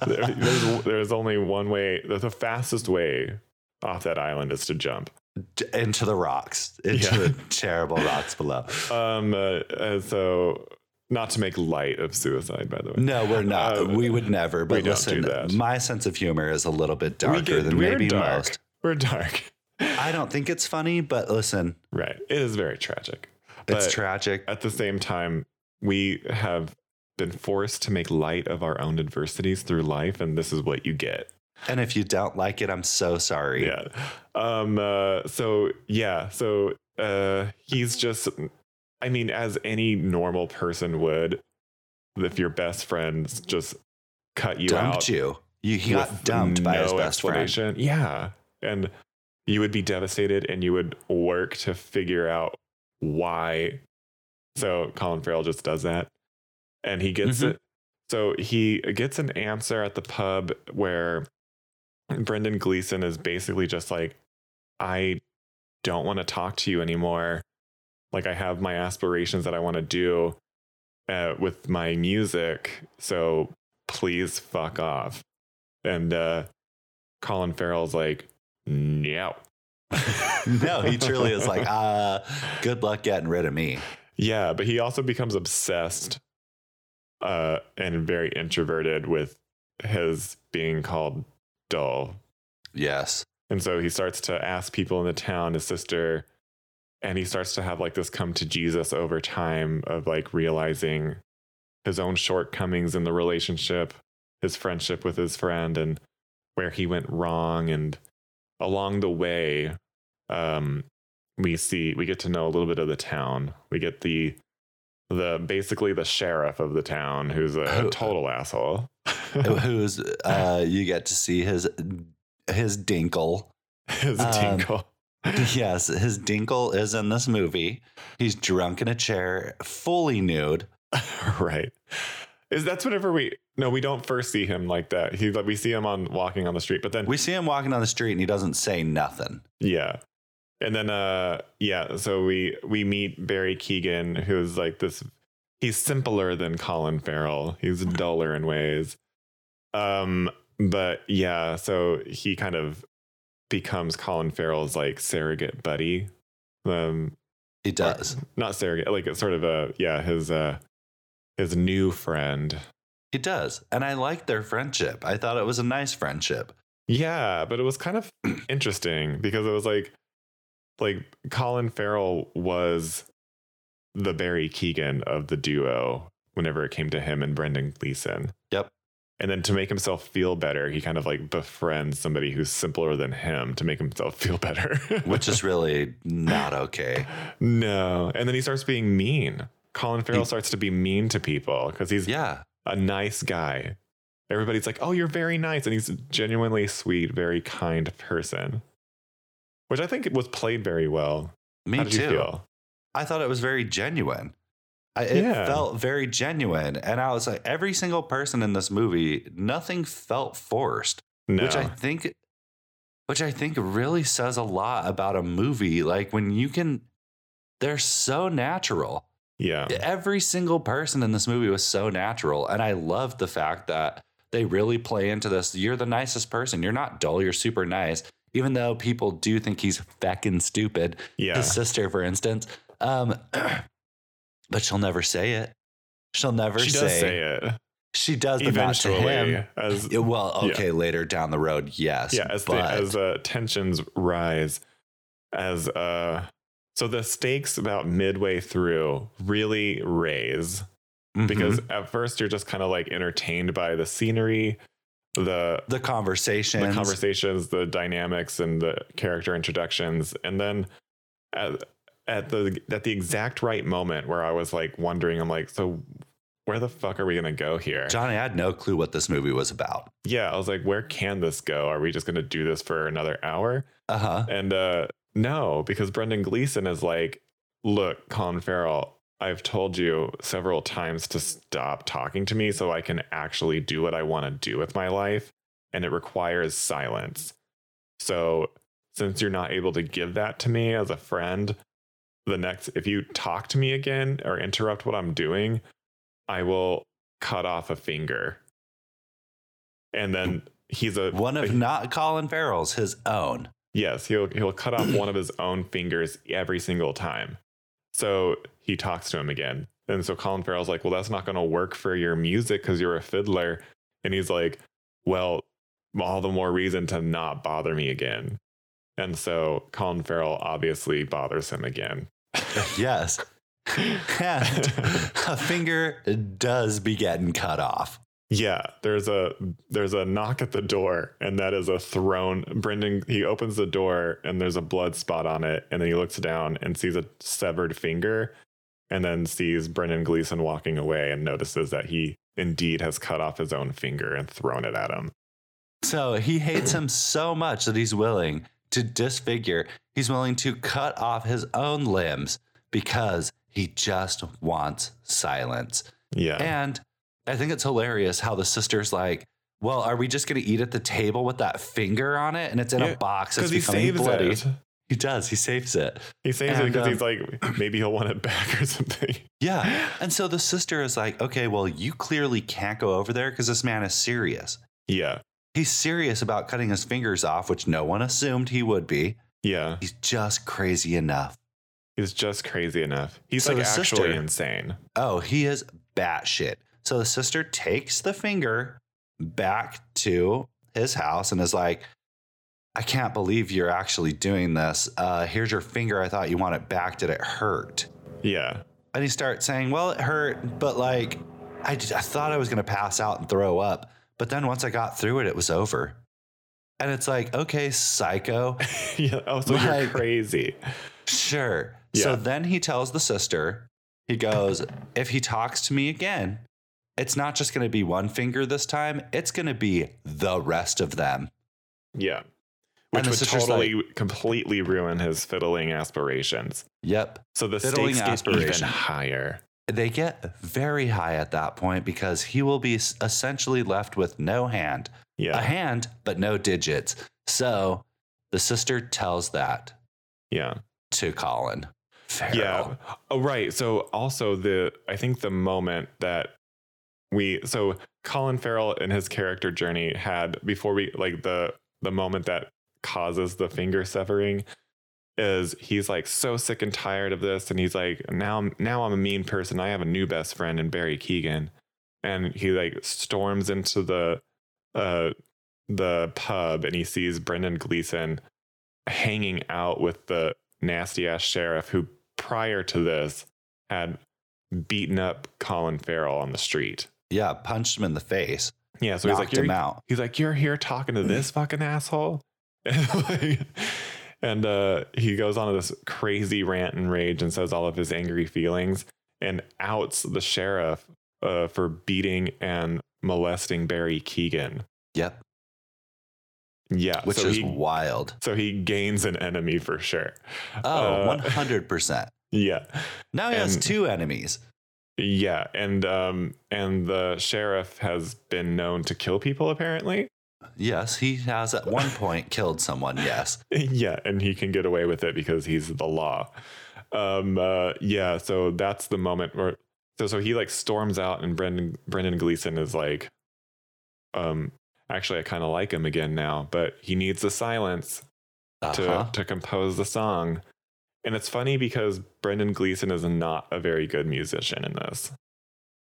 there, there's, there's only one way. The, the fastest way off that island is to jump.
D- into the rocks, into
Yeah.
the terrible rocks below.
Um, uh, uh, so not to make light of suicide, by the way.
No, we're not.
Uh,
we would never. But
we don't
listen,
do that.
my sense of humor is a little bit
We
darker
get-
than
we're
maybe
dark.
most.
We're dark.
I don't think it's funny, but listen,
Right. It is very tragic. But-
it's tragic.
At the same time, we have been forced to make light of our own adversities through life, and this is what you get.
And if you don't like it, I'm so sorry.
Yeah. Um. Uh, so yeah. So uh, he's just. I mean, as any normal person would, if your best friend just cut you
dumped
out,
you. you he
with
got dumped by his
no
best friend.
explanation, Yeah, and you would be devastated, and you would work to figure out why. So Colin Farrell just does that, and he gets
Mhm.
it. So he gets an answer at the pub where Brendan Gleeson is basically just like, I don't want to talk to you anymore. Like I have my aspirations that I want to do uh, with my music, so please fuck off. And uh, Colin Farrell's like, no.
no, he truly is like, uh, good luck getting rid of me.
Yeah, but he also becomes obsessed uh, and very introverted with his being called dull.
Yes.
And so he starts to ask people in the town, his sister, and he starts to have like this come to Jesus over time of like realizing his own shortcomings in the relationship, his friendship with his friend, and where he went wrong. And along the way, um, we see we get to know a little bit of the town. We get the the basically the sheriff of the town who's a, a
Who-
total asshole.
Oh. Who's uh you get to see his his dinkle
His
Um,
tinkle.
yes, his dinkle is in this movie. He's drunk in a chair, fully nude.
right. Is that's whenever we no, we don't first see him like that. He like we see him on walking on the street, but then
We see him walking down the street and he doesn't say nothing.
Yeah. And then uh yeah, so we we meet Barry Keegan, who's like this he's simpler than Colin Farrell. He's duller in ways. Um but yeah, so he kind of becomes Colin Farrell's like surrogate buddy. Um
He does.
not surrogate, like it's sort of a yeah, his uh his new friend.
He does. And I liked their friendship. I thought it was a nice friendship.
Yeah, but it was kind of interesting because it was like like Colin Farrell was the Barry Keegan of the duo whenever it came to him and Brendan Gleeson.
Yep.
And then to make himself feel better, he kind of like befriends somebody who's simpler than him to make himself feel better.
which is really not okay.
no. And then he starts being mean. Colin Farrell
He-
starts to be mean to people because he's
Yeah.
a nice guy. Everybody's like, oh, you're very nice. And he's a genuinely sweet, very kind person, which I think it was played very well.
Me
How did
too.
you feel?
I thought it was very genuine. I, it
Yeah.
felt very genuine. And I was like, every single person in this movie, nothing felt forced,
No.
which I think, which I think really says a lot about a movie. Like when you can, they're so natural.
Oh, yeah.
Every single person in this movie was so natural. And I loved the fact that they really play into this. You're the nicest person. You're not dull. You're super nice. Even though people do think he's feckin' stupid,
Yeah.
his sister, for instance. Um, but she'll never say it. She'll never
She
say,
does say it
She does, but not to him.
eventually as,
Yeah, Well,
Yeah.
okay, later down the road, yes.
yeah, as, the,
but
as uh, tensions rise. As uh, so the stakes about midway through really raise.
Mhm.
because at first you're just kind of like entertained by the scenery, the
the conversation,
the conversations, the dynamics, and the character introductions, and then at, at the at the exact right moment where I was like wondering, I'm like, so where the fuck are we gonna go here?
Johnny, I had no clue what this movie was about.
yeah, I was like, where can this go? Are we just gonna do this for another hour?
Uh huh.
And uh no, because Brendan Gleeson is like, look, Colin Farrell, I've told you several times to stop talking to me so I can actually do what I want to do with my life. And it requires silence. So since you're not able to give that to me as a friend, the next if you talk to me again or interrupt what I'm doing, I will cut off a finger. And then he's a
One of not Colin Farrell's, his own.
Yes, he'll he'll cut off one of his own fingers every single time. So he talks to him again. And so Colin Farrell's like, "Well, that's not going to work for your music cuz you're a fiddler." And he's like, "Well, all the more reason to not bother me again." And so Colin Farrell obviously bothers him again.
Yes. and a finger does be getting cut off.
Yeah, there's a there's a knock at the door, and that is a thrown. Brendan he opens the door, and there's a blood spot on it, and then he looks down and sees a severed finger, and then sees Brendan Gleeson walking away, and notices that he indeed has cut off his own finger and thrown it at him.
So he hates him so much that he's willing to disfigure, he's willing to cut off his own limbs because he just wants silence.
Yeah,
And I think it's hilarious how the sister's like, well, are we just going to eat at the table with that finger on it? And it's in
Yeah,
a box. It's
because he
becoming
saves
bloody.
it.
He does. He saves it.
He saves it
And,
because
um,
he's like maybe he'll want it back or something.
Yeah. And so the sister is like, okay, well, you clearly can't go over there because this man is serious.
Yeah,
He's serious about cutting his fingers off, which no one assumed he would be.
yeah.
He's just crazy enough.
He's just crazy enough. He's
So
like
the
actually
sister-
insane.
Oh, he is batshit. So the sister takes the finger back to his house and is like, I can't believe you're actually doing this. Uh, here's your finger. I thought you want it back. Did it hurt?
Yeah,
And he starts saying, Well, it hurt, but like, I, just, I thought I was going to pass out and throw up. But then once I got through it, it was over. And it's like, okay, psycho.
yeah. Oh, so you're
Like-
crazy.
Sure.
Yeah.
So then he tells the sister, he goes, if he talks to me again, it's not just going to be one finger this time, it's going to be the rest of them.
Yeah. which
the
would
sister's
totally completely ruin his fiddling aspirations.
Yep.
So the
Fiddling
stakes get even
aspiration.
higher.
They get very high at that point because he will be s- essentially left with no hand,
Yeah.
a hand, but no digits. So the sister tells that
yeah.
to Colin. Farrell.
Yeah. Oh, right. So also the I think the moment that we so Colin Farrell and his character journey had before we like the the moment that causes the finger severing is he's like so sick and tired of this and he's like now I'm now I'm a mean person. I have a new best friend in Barry Keegan. And he like storms into the uh the pub and he sees Brendan Gleason hanging out with the nasty ass sheriff who prior to this had beaten up Colin Farrell on the street.
Yeah. Punched him in the face,
Yeah, so he's
knocked
like,
him
you're,
out. Mm.
he's like, you're here talking to this fucking asshole. And, like- and uh, he goes on this crazy rant and rage and says all of his angry feelings and outs the sheriff uh, for beating and molesting Barry Keegan.
Yep.
Yeah,
Which
so
is
he,
wild.
so he gains an enemy for sure.
Oh,
Uh,
100%.
Yeah.
Now he has
and-
two enemies.
Yeah, and um and the sheriff has been known to kill people apparently.
Yes. He has at one point killed someone. Yes.
yeah, and he can get away with it because he's the law. Um uh yeah, so that's the moment where so so he like storms out and Brendan Brendan Gleason is like um actually I kind of like him again now, but he needs the silence to
Uh-huh.
to compose the song. And it's funny because Brendan Gleason is not a very good musician in this.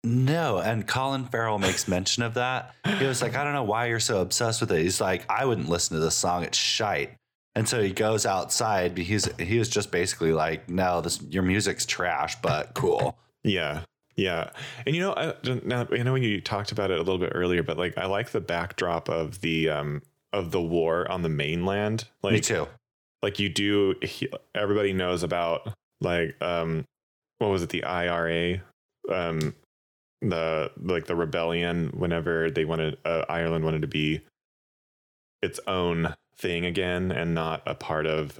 No, and Colin Farrell makes mention of that. He was like, I don't know why you're so obsessed with it. He's like, I wouldn't listen to this song. It's shite. And so he goes outside. but He's he was just basically like, no, this your music's trash, but cool.
Yeah. Yeah. And you know, I, now, I know when you talked about it a little bit earlier, but like I like the backdrop of the um of the war on the mainland. Like
Me too.
like you do he- everybody knows about like um what was it the IRA um the like the rebellion whenever they wanted uh, Ireland wanted to be its own thing again and not a part of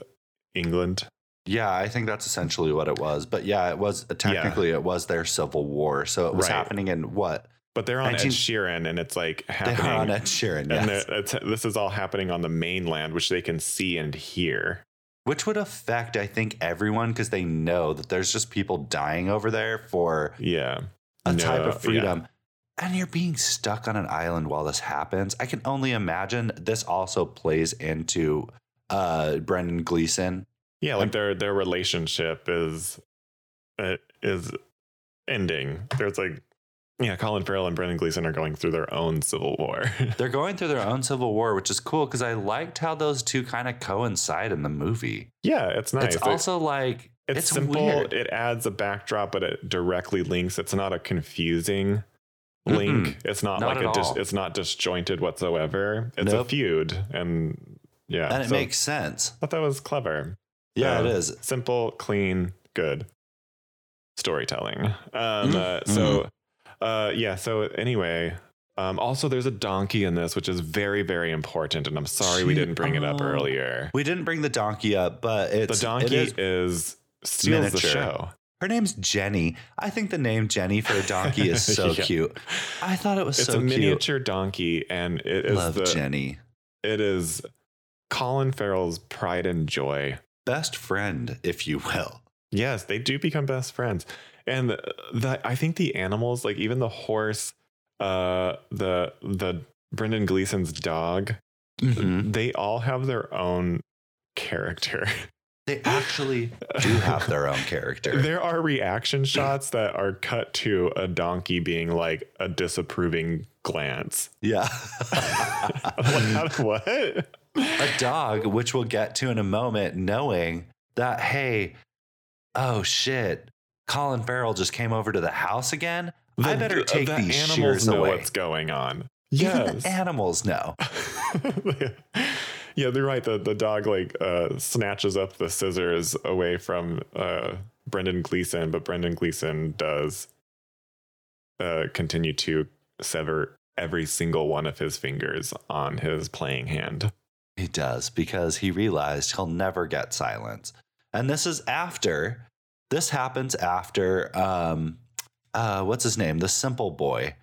England.
Yeah, I think that's essentially what it was. But yeah, it was technically it was their civil war. So it was
Right.
happening in what?
But they're on
Nineteen-
Ed Sheeran and it's like happening
They are on Ed Sheeran,
And
yes.
the- it's, this is all happening on the mainland, which they can see and hear.
Which would affect, I think, everyone because they know that there's just people dying over there for
Yeah.
a
No,
type
yeah.
of freedom. And you're being stuck on an island while this happens. I can only imagine this also plays into uh, Brendan Gleeson.
Yeah, like their their relationship is uh, is ending. There's like yeah, Colin Farrell and Brendan Gleeson are going through their own civil war.
They're going through their own civil war, which is cool because I liked how those two kind of coincide in the movie.
yeah, it's nice.
It's also like
It-
it's,
it's simple.
weird.
It adds a backdrop, but it directly links. It's not a confusing link. It's not,
Not
like
at
a dis-
all.
it's not disjointed whatsoever. It's a
Nope.
feud, and yeah,
and it
so
makes sense.
I thought that was clever.
Yeah,
Um,
it is.
simple, clean, good storytelling. Um, uh,
Mm.
so, uh, yeah. So anyway, um, also there's a donkey in this, which is very, very important, and I'm sorry we
She-
didn't bring it up
oh.
earlier.
We didn't bring the donkey up, but
The
it's it
donkey
is-
is, steals the
Miniature.
show.
her name's Jenny. I think the name Jenny for a donkey is so
Yeah.
cute. I thought it was
It's
so
a
cute.
miniature donkey, and it is
Love
the
Jenny.
it is Colin Farrell's pride and joy.
Best friend, if you will.
Yes, they do become best friends. And the, the I think the animals, like even the horse, uh the the Brendan Gleason's dog, Mm-hmm.
Mhm.
they all have their own character.
They actually do have their own character.
there are reaction shots that are cut to a donkey being like a disapproving glance.
yeah.
I'm like, what?
a dog, which we'll get to in a moment, knowing that, hey, oh shit, Colin Farrell just came over to the house again. I
The-
better take
the
these
animals
uh, shears
know
away.
what's going on.
Even the animals know.
yeah, they're right. The the dog like uh, snatches up the scissors away from uh, Brendan Gleeson, but Brendan Gleeson does uh, continue to sever every single one of his fingers on his playing hand.
He does because he realized he'll never get silence. And this is after this happens after um uh what's his name? The simple boy.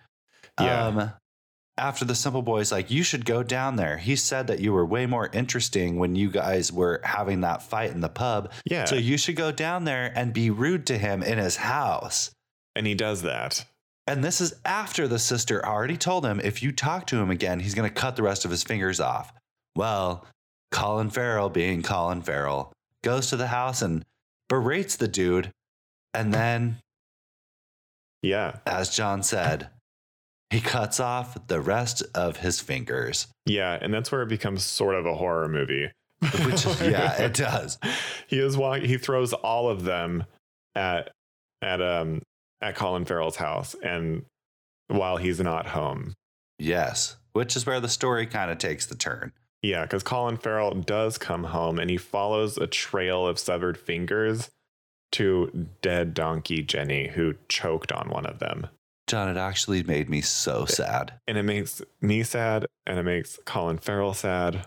Yeah.
Um after the simple boy is like, you should go down there. He said that you were way more interesting when you guys were having that fight in the pub.
Yeah.
So you should go down there and be rude to him in his house.
and he does that.
And this is after the sister already told him if you talk to him again, he's going to cut the rest of his fingers off. Well, Colin Farrell, being Colin Farrell, goes to the house and berates the dude. And then,
Yeah.
as John said, he cuts off the rest of his fingers.
Yeah. And that's where it becomes sort of a horror movie.
Which, yeah, it does.
he is walk he throws all of them at at um at Colin Farrell's house and while he's not home.
Yes. Which is where the story kind of takes the turn.
Yeah, because Colin Farrell does come home and he follows a trail of severed fingers to dead donkey Jenny, who choked on one of them.
John, it actually made me so sad.
And it makes me sad and it makes Colin Farrell sad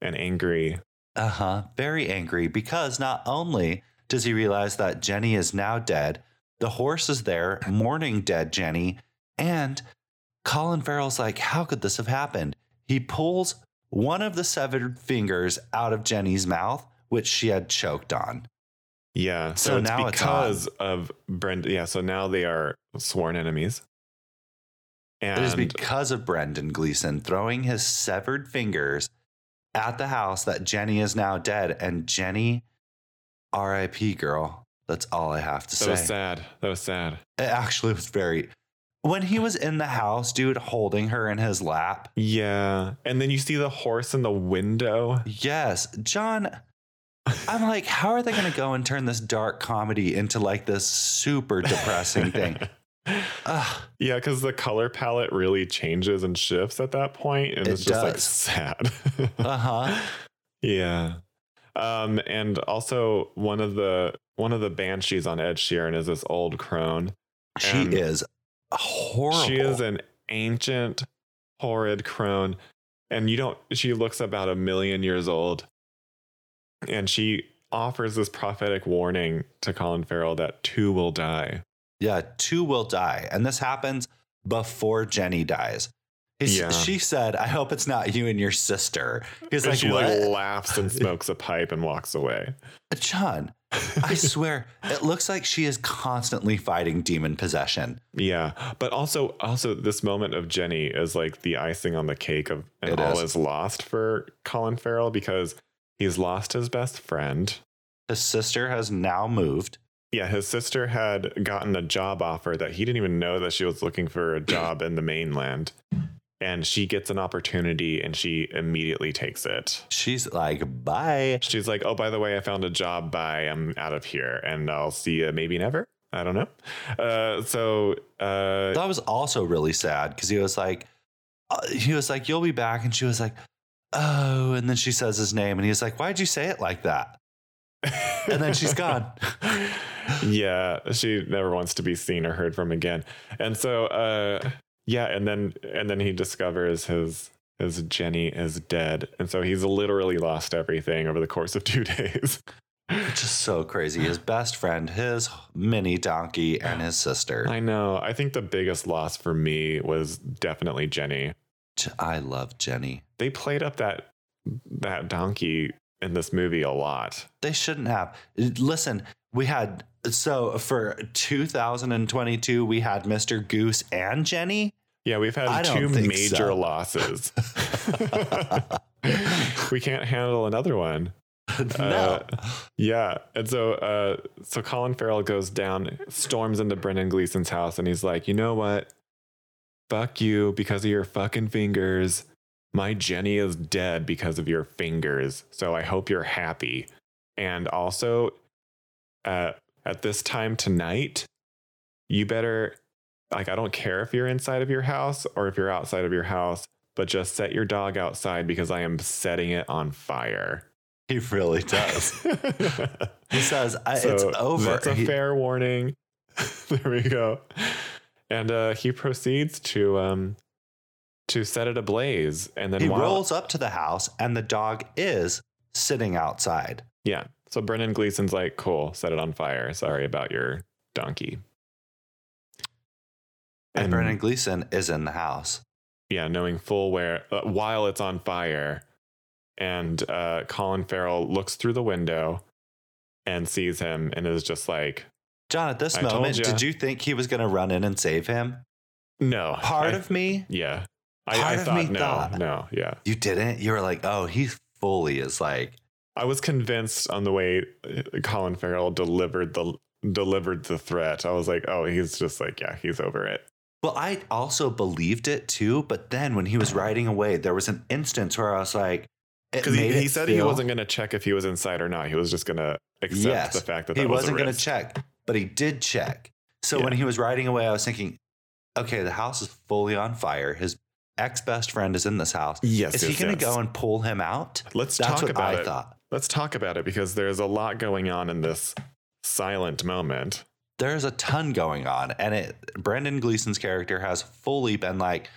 and angry.
Uh huh. Very angry because not only does he realize that Jenny is now dead, the horse is there mourning dead Jenny. And Colin Farrell's like, How could this have happened? He pulls one of the severed fingers out of Jenny's mouth, which she had choked on.
Yeah. So,
So
it's
now it's on.
because of Brenda. Yeah. So now they are sworn enemies. And
it is because of Brendan Gleeson throwing his severed fingers at the house that Jenny is now dead. And Jenny, RIP girl. That's all I have to
that
say.
was sad. That was sad.
It actually was very. When he was in the house, dude, holding her in his lap.
Yeah. And then you see the horse in the window.
Yes, John. I'm like, how are they going to go and turn this dark comedy into like this super depressing thing? Ugh,
Yeah, because the color palette really changes and shifts at that point, and
It
it's just like
does.
sad.
uh huh.
yeah, um, and also one of the one of the banshees on Ed Sheeran is this old crone.
She
And
is horrible.
She is an ancient, horrid crone, and you don't. She looks about a million years old, and she offers this prophetic warning to Colin Farrell that two will die.
yeah, two will die, and this happens before Jenny dies. He's-
Yeah.
She said, "I hope it's not you and your sister." He's
and
like,
she
"What,
like laughs and smokes a pipe and walks away.
John?" I swear, it looks like she is constantly fighting demon possession.
Yeah, but also, also this moment of Jenny is like the icing on the cake of and
It
all
is.
is. lost for Colin Farrell because he's lost his best friend.
His sister has now moved.
Yeah, his sister had gotten a job offer that he didn't even know that she was looking for a job in the mainland, and she gets an opportunity and she immediately takes it.
She's like, bye.
She's like, "Oh, by the way, I found a job. Bye. I'm out of here, and I'll see you maybe never. I don't know." Uh, so, uh,
That was also really sad because he was like, uh, he was like, you'll be back. And she was like, oh. And then she says his name and he's like, why'd you say it like that? And then she's gone.
yeah, she never wants to be seen or heard from again. And so uh yeah, and then and then he discovers his his Jenny is dead. And so he's literally lost everything over the course of 2 days.
Just so crazy. His best friend, his mini donkey, and his sister.
I know. I think the biggest loss for me was definitely Jenny.
J- I love Jenny.
They played up that that donkey in this movie a lot.
They shouldn't have. Listen, we had, so for 2022, we had Mr. Goose and Jenny.
Yeah, we've
I
had
don't
two
think
major
so.
losses. we can't handle another one.
no.
Yeah, and so uh, so Colin Farrell goes down, storms into Brendan Gleeson's house, and he's like, "You know what? Fuck you because of your fucking fingers. My Jenny is dead because of your fingers. So I hope you're happy." And also, uh, at this time tonight, you better like I don't care if you're inside of your house or if you're outside of your house, but just set your dog outside because I am setting it on fire.
he really does. He says, I, it's
So
over.
That's a
He-
fair warning. there we go. And uh, he proceeds to um, to set it ablaze. And then
He
while-
rolls up to the house and the dog is sitting outside.
Yeah. So Brendan Gleason's like, cool, set it on fire. Sorry about your donkey.
And, Brendan Gleason is in the house.
yeah, knowing full where uh, while it's on fire, and uh, Colin Farrell looks through the window and sees him and is just like,
John, at this
I told
moment,
ya.
did you think he was going to run in and save him?
no,
Part
I-
of me,
yeah, I,
part
I
of
thought
me
no,
thought-
no, yeah,
you didn't. You were like, oh, he fully is like,
I was convinced on the way uh, Colin Farrell delivered the delivered the threat. I was like, oh, he's just like, yeah, he's over it.
Well, I also believed it too, but then when he was riding away, there was an instance where I was like, it
Because he,
made
he
it
said he
feel-
wasn't going to check if he was inside or not. He was just going to accept
Yes.
the fact that
he
that was
wasn't
going
going to check, but he did check. So when
Yeah.
he was riding away, I was thinking, okay, the house is fully on fire. His ex best friend is in this house.
Yes,
is he
yes,
going to
yes.
go and pull him out?
Let's
That's
talk
what
about
I
it.
thought.
Let's talk about it because there's a lot going on in this silent moment.
There's a ton going on, and it Brendan Gleason's character has fully been like,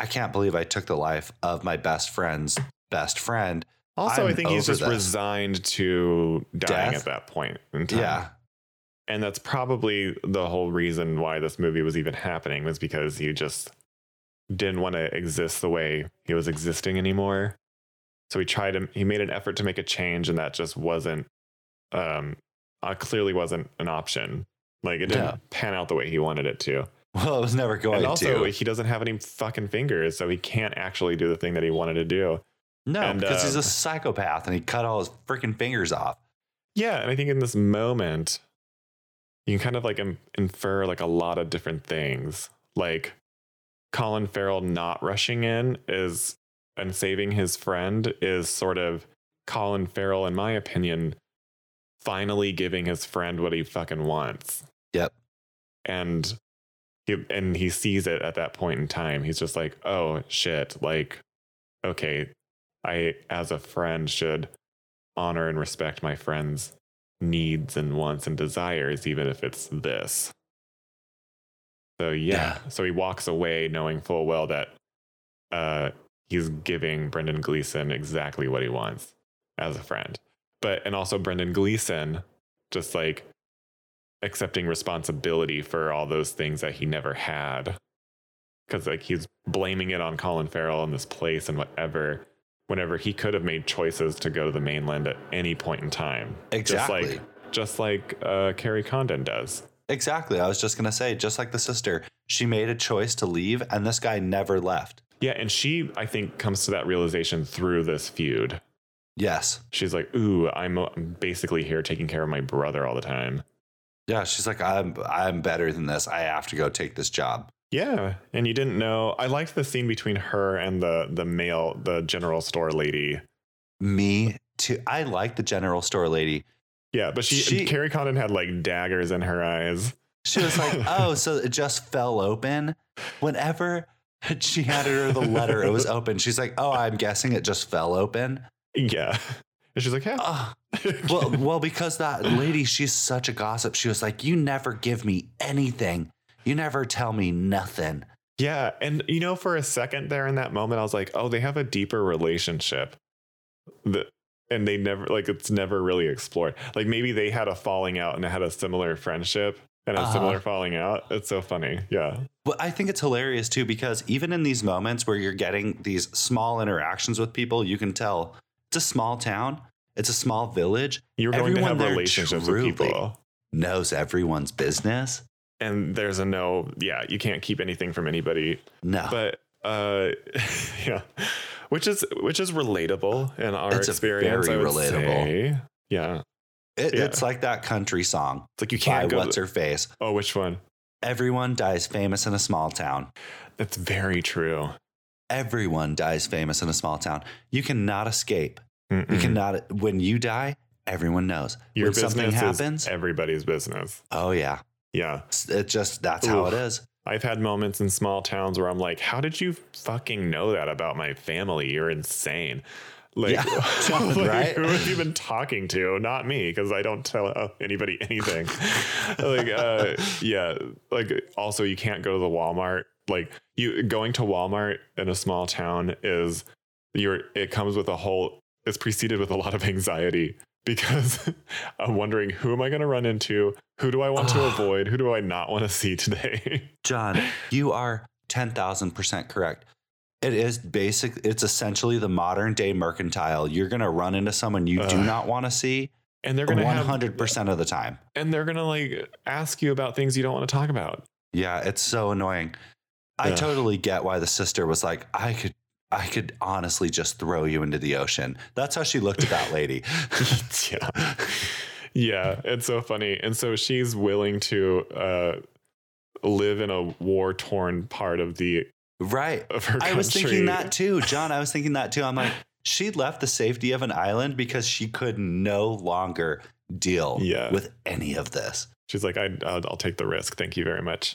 I can't believe I took the life of my best friend's best friend.
Also, i
I'm
think he's
over
just
this.
resigned to dying
Death?
at that point in time.
Yeah.
And that's probably the whole reason why this movie was even happening was because he just didn't want to exist the way he was existing anymore. So he tried to he made an effort to make a change and that just wasn't um uh, clearly wasn't an option. Like it didn't
Yeah.
pan out the way he wanted it to.
Well, it was never going
and also
to.
he doesn't have any fucking fingers, so he can't actually do the thing that he wanted to do.
No,
and,
because he's
uh,
a psychopath and he cut all his freaking fingers off.
Yeah, and I think in this moment, you can kind of like im- infer like a lot of different things. Like Colin Farrell not rushing in is and saving his friend is sort of Colin Farrell, in my opinion, finally giving his friend what he fucking wants.
Yep.
And he and he sees it at that point in time. He's just like, oh shit, like, okay, I as a friend should honor and respect my friend's needs and wants and desires, even if it's this. So yeah. So he walks away knowing full well that uh he's giving Brendan Gleeson exactly what he wants as a friend. But and also Brendan Gleeson just like accepting responsibility for all those things that he never had. Cause like he's blaming it on Colin Farrell and this place and whatever, whenever he could have made choices to go to the mainland at any point in time.
Exactly.
Just like just like uh Carrie Condon does.
Exactly. I was just going to say, just like the sister, she made a choice to leave and this guy never left.
Yeah, and she I think comes to that realization through this feud.
Yes.
she's like, "Ooh, I'm uh, basically here taking care of my brother all the time."
Yeah. She's like, I'm, I'm better than this. I have to go take this job.
Yeah, and you didn't know. I liked the scene between her and the the male, the general store lady.
Me too. I like the general store lady.
Yeah, but she,
She-
Carrie Condon had like daggers in her eyes.
She was like, oh, so it just fell open. Whenever she handed her the letter, it was open. She's like, oh, I'm guessing it just fell open.
Yeah, and she's like, "Yeah."
Oh, well, well, because that lady, she's such a gossip. She was like, "You never give me anything. You never tell me nothing."
yeah, and you know, for a second there in that moment, I was like, "Oh, they have a deeper relationship." The and they never like it's never really explored. Like maybe they had a falling out and had a similar friendship and a
Uh-huh.
similar falling out. It's so funny. Yeah.
But I think it's hilarious too because even in these moments where you're getting these small interactions with people, you can tell it's a small town, it's a small village,
You're going
Everyone
to
there
have relationships
truly-
with people.
knows everyone's business.
And there's a no, yeah, you can't keep anything from anybody.
No,
But uh yeah. Which is which is relatable in our
It's a
experience.
very
I would
relatable.
say. Yeah. It's
It-
yeah.
it's like that country song
like you
by
can't go
what's her face.
Oh, which one?
Everyone dies famous in a small town.
That's very true.
Everyone dies famous in a small town. You cannot escape You
Mm-mm.
cannot when you die, everyone knows.
Your
when
business
something happens,
is everybody's business.
oh yeah.
Yeah.
It's- It just that's how
Oof.
it is.
I've had moments in small towns where I'm like, how did you fucking know that about my family? You're insane. Like,
Yeah.
like,
Right?
who have you been talking to? Not me, because I don't tell uh, anybody anything. like, uh, yeah. Like, also, you can't go to the Walmart. Like, you going to Walmart in a small town is you're. It comes with a whole. It's preceded with a lot of anxiety because I'm wondering who am I going to run into? Who do I want to
Ah.
avoid? Who do I not want to see today?
John, you are 10,000% correct. It is basic, it's essentially the modern day mercantile. You're going to run into someone you do
Ugh.
not want to see
and they're going to have
100% of the time.
and they're gonna like ask you about things you don't want to talk about.
Yeah, it's so annoying. I
Ugh.
totally get why the sister was like, I could I could honestly just throw you into the ocean. That's how she looked at that lady.
yeah, yeah, it's so funny. And so she's willing to uh, live in a war torn part of the
right.
of her country.
I was thinking that too, John. I was thinking that too. I'm like, she left the safety of an island because she could no longer deal
Yeah.
with any of this.
She's like, I, I'll, I'll take the risk. Thank you very much.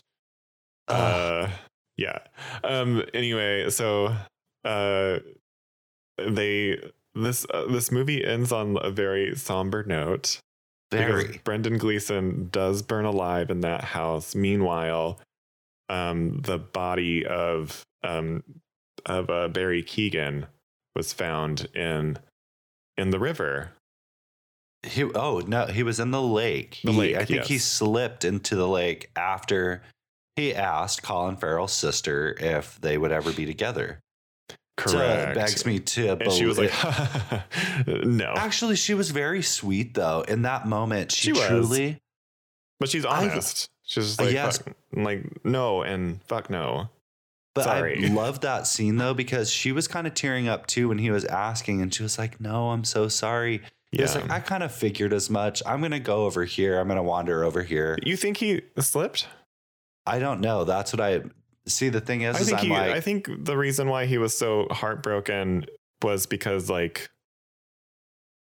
Ugh.
uh yeah um anyway so uh they this uh, this movie ends on a very somber note because
Very.
brendan gleeson does burn alive in that house meanwhile um the body of um of uh, barry keegan was found in in the river
He, oh no, he was in the lake.
The
He-
lake,
I think he
yes.
slipped into the lake after he asked Colin Farrell's sister if they would ever be together. So it
correct
begs me to
and she was like
believe-
no
actually, she was very sweet though. In that moment, she,
She was.
truly.
But she's
I-
honest. she's just
Uh,
like,
yes.
fuck, like no, and fuck no.
But
Sorry.
I love that scene though because she was kind of tearing up too when he was asking, and she was like, "No, I'm so sorry." He was like, "I kind of figured as much. I'm gonna go over here. I'm gonna wander over here."
you think he slipped?
I don't know. That's what I see. The thing is,
I
is
think
I'm
he,
like,
I think the reason why he was so heartbroken was because like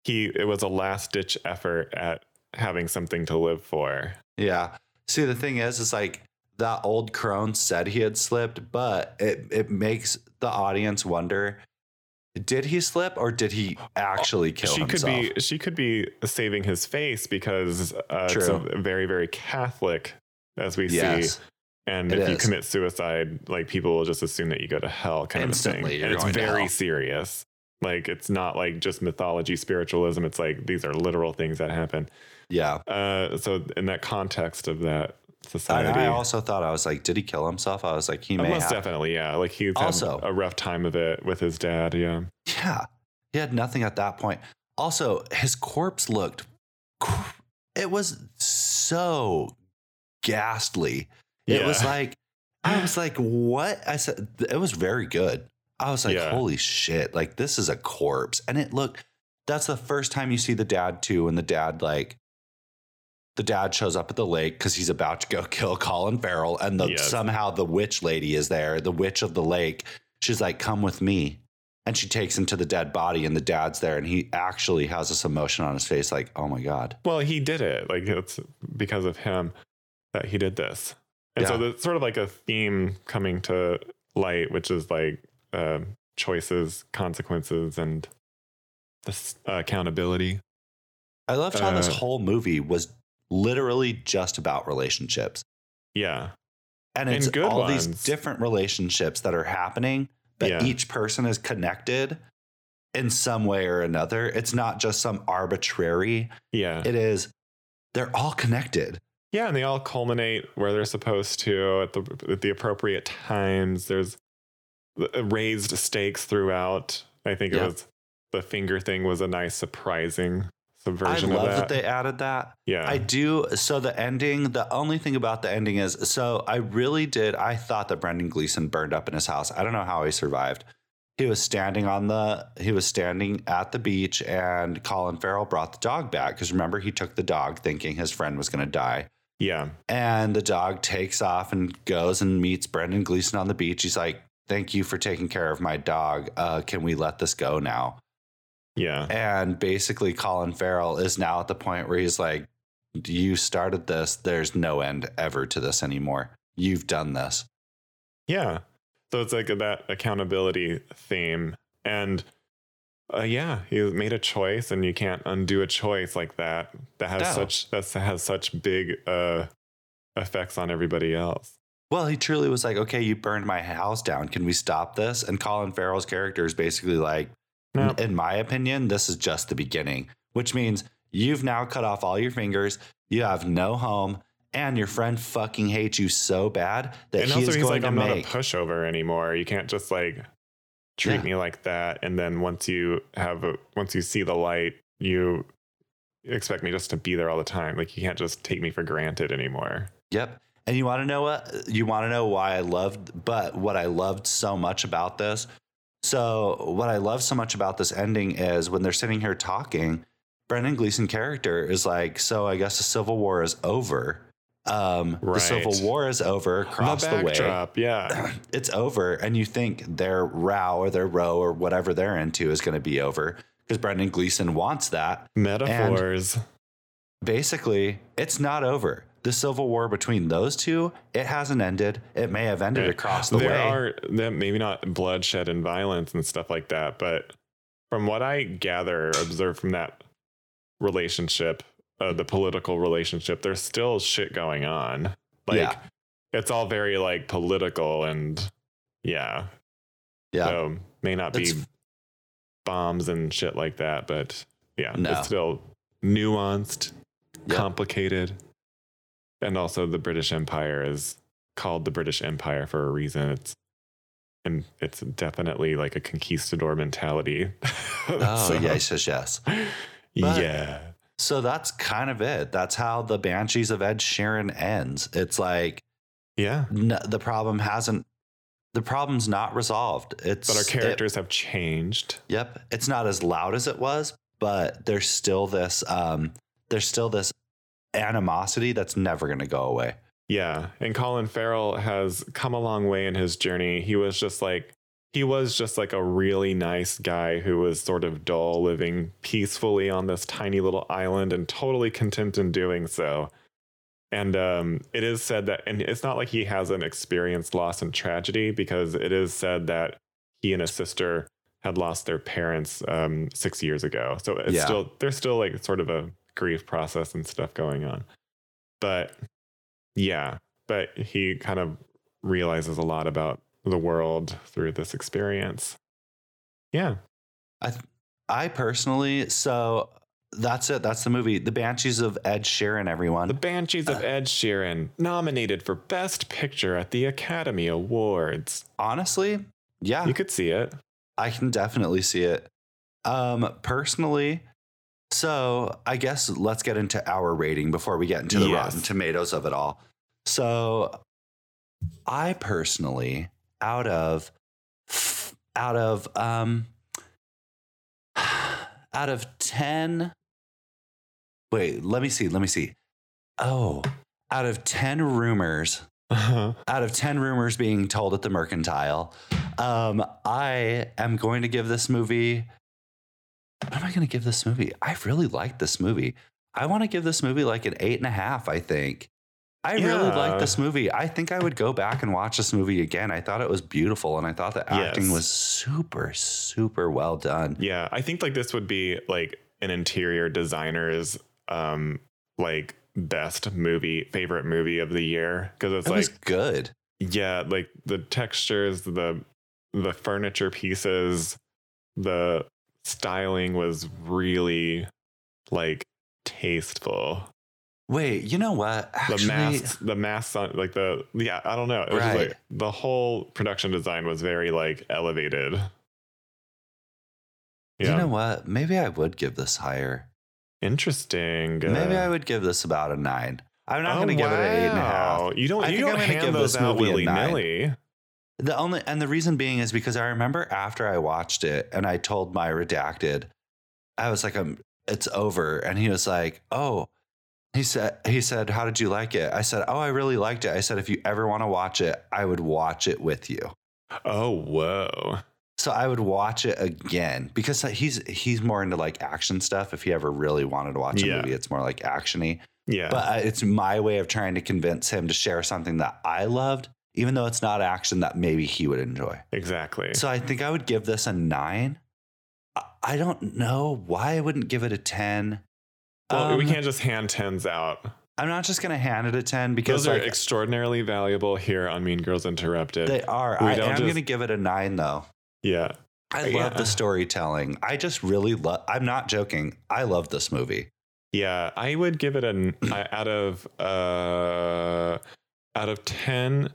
he it was a last ditch effort at having something to live for.
yeah. See, the thing is, is like that old crone said he had slipped, but it it makes the audience wonder: Did he slip or did he actually kill
Oh, she
himself?
could be she could be saving his face because uh, it's
True.
a very very Catholic as we see.
yes.
And
It
if you
is.
commit suicide, like people will just assume that you go to hell kind of a
Instantly,
thing.
you're
and it's
going to
very
hell.
serious. Like it's not like just mythology, spiritualism. It's like these are literal things that happen.
Yeah.
Uh, so in that context of that
And
society,
I also thought I was like, did he kill himself? I was like, he
uh,
may
most
have.
definitely, yeah. Like he's had
Also-
a rough time of it with his dad. Yeah,
Yeah. He had nothing at that point. Also, his corpse looked, cr- it was so ghastly. It
Yeah.
was like, I was like, what? I said, it was very good. I was like,
Yeah.
holy shit. Like, this is a corpse. And it looked, that's the first time you see the dad too. And the dad, like, the dad shows up at the lake because he's about to go kill Colin Farrell. And the,
Yes.
somehow the witch lady is there, the witch of the lake. She's like, come with me. And she takes him to the dead body, and the dad's there, and he actually has this emotion on his face, like, oh my God.
Well, he did it. Like it's because of him that he did this. And so
Yeah.
that's sort of like a theme coming to light, which is like uh, choices, consequences, and this uh, accountability.
I loved how this
Uh,
whole movie was literally just about relationships.
Yeah,
And
And
it's
good
all these
ones.
different relationships that are happening, but
Yeah.
each person is connected in some way or another. It's not just some arbitrary,
yeah,
it is, they're all connected.
yeah. And they all culminate where they're supposed to at the at the appropriate times. There's uh, raised stakes throughout. I think
Yeah.
it was the finger thing was a nice, surprising
I
subversion
love
of
that
that.
they added that.
yeah,
I do. So the ending, the only thing about the ending is, so I really did. I thought that Brendan Gleeson burned up in his house. I don't know how he survived. He was standing on the, he was standing at the beach, and Colin Farrell brought the dog back because remember he took the dog thinking his friend was going to die,
yeah.
and the dog takes off and goes and meets Brendan Gleeson on the beach. He's like, "Thank you for taking care of my dog. Uh, can we let this go now?"
Yeah.
And basically, Colin Farrell is now at the point where he's like, You started this. There's no end ever to this anymore. You've done this.
Yeah. So it's like that accountability theme. And Uh, yeah, he made a choice, and you can't undo a choice like that. That has
No.
such that has such big uh, effects on everybody else.
Well, he truly was like, okay, you burned my house down. Can we stop this? And Colin Farrell's character is basically like,
No.
in my opinion, this is just the beginning, which means you've now cut off all your fingers. You have no home. And your friend fucking hates you so bad that
and
he
also,
is
he's
going
like,
to
I'm
make.
not a pushover anymore. You can't just like treat
Yeah.
me like that. And then once you have a, once you see the light, you expect me just to be there all the time. Like you can't just take me for granted anymore.
Yep. And you want to know what? You want to know why I loved, but what I loved so much about this. So, what I love so much about this ending is when they're sitting here talking, Brendan Gleeson character is like, "So I guess the Civil War is over. Um, The
Right.
Civil War is over. Across the, way,
backdrop, yeah,
it's over." And you think their row or their row or whatever they're into is going to be over because Brendan Gleeson wants that
metaphors.
basically, it's not over. The civil war between those two, it hasn't ended. It may have ended
Right.
across the
there
way.
are there, maybe not bloodshed and violence and stuff like that, but from what I gather, observe from that relationship, uh, the political relationship, there's still shit going on. Like
Yeah.
it's all very like political and yeah,
yeah.
so may not be
It's-
bombs and shit like that, but yeah,
No.
it's still nuanced,
Yeah.
complicated, and also the British Empire is called the British Empire for a reason. It's and it's definitely like a conquistador mentality.
Oh,
So,
yes, yes, yes. But-
yeah.
So that's kind of it. That's how the Banshees of Ed Sheeran ends. It's like
Yeah.
n- the problem hasn't, the problem's not resolved. It's
But our
it-
characters have changed.
yep. It's not as loud as it was, but there's still this, um, there's still this animosity that's never going to go away.
Yeah, and Colin Farrell has come a long way in his journey. He was just like he was just like a really nice guy who was sort of dull living peacefully on this tiny little island and totally content in doing so. And um, it is said that, and it's not like he hasn't experienced loss and tragedy because it is said that he and his sister had lost their parents um, six years ago. So it's
Yeah.
still, there's still like sort of a grief process and stuff going on. But yeah, but he kind of realizes a lot about the world through this experience. Yeah.
I personally, so that's it. That's the movie, The Banshees of Ed Sheeran. Everyone,
The Banshees of Ed Sheeran, nominated for Best Picture at the Academy Awards.
honestly, yeah,
You could see it.
I can definitely see it. Um, personally, so I guess let's get into our rating before we get into the
Yes.
Rotten Tomatoes of it all. So, I personally, out of out of um, out of ten. Wait, let me see. Let me see. Oh, out of ten rumors out of 10 rumors being told at the mercantile um, i am going to give this movie what am i going to give this movie i really like this movie i want to give this movie like an eight and a half i think i really
Yeah.
like this movie i think i would go back and watch this movie again i thought it was beautiful and i thought the acting
Yes.
was super super well done
yeah, I think like this would be like an interior designer's um like best movie, favorite movie of the year because it's
it
like
was good
yeah like the textures the the furniture pieces the styling was really like tasteful
wait you know what actually
the masks the masks on like the yeah i don't know it was just,
Right.
like the whole production design was very like elevated yeah
you know what maybe i would give this higher
interesting
Maybe I would give this about a nine. I'm not
Oh,
going to give it an eight and a half.
wow. you don't
I
you
think I'm
don't
gonna
hand
give
those
this
out
movie a nine.
willy-nilly
The only and the reason being is because I remember after I watched it and I told my redacted, I was like, "Um, it's over," and he was like, "Oh." He said, he said, how did you like it? I said, oh, I really liked it. I said, if you ever want to watch it, I would watch it with you.
oh whoa
So I would watch it again because he's he's more into like action stuff. If he ever really wanted to watch a
Yeah.
movie, it's more like actiony.
yeah
But uh, it's my way of trying to convince him to share something that I loved, even though it's not action that maybe he would enjoy.
exactly
So I think I would give this a nine. I- I don't know why I wouldn't give it a 10.
Well, we
Um,
can't just hand tens out.
I'm not just going to hand it a 10 because
Those are
like,
extraordinarily valuable here on Mean Girls Interrupted.
they are.
we
I am
don't just-
going to give it a 9 though.
yeah.
I
Yeah.
love the storytelling. I just really love I'm not joking. I love this movie.
Yeah, I would give it an I- out of uh out of 10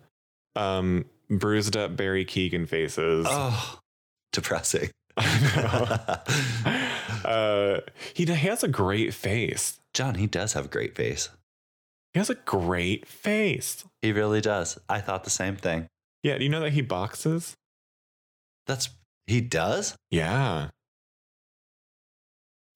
um bruised up Barry Keegan faces.
Oh, depressing.
I know. uh he, he has a great face.
John, he does have a great face.
He has a great face.
He really does. I thought the same thing.
Yeah, do you know that he boxes?
That's he does.
Yeah.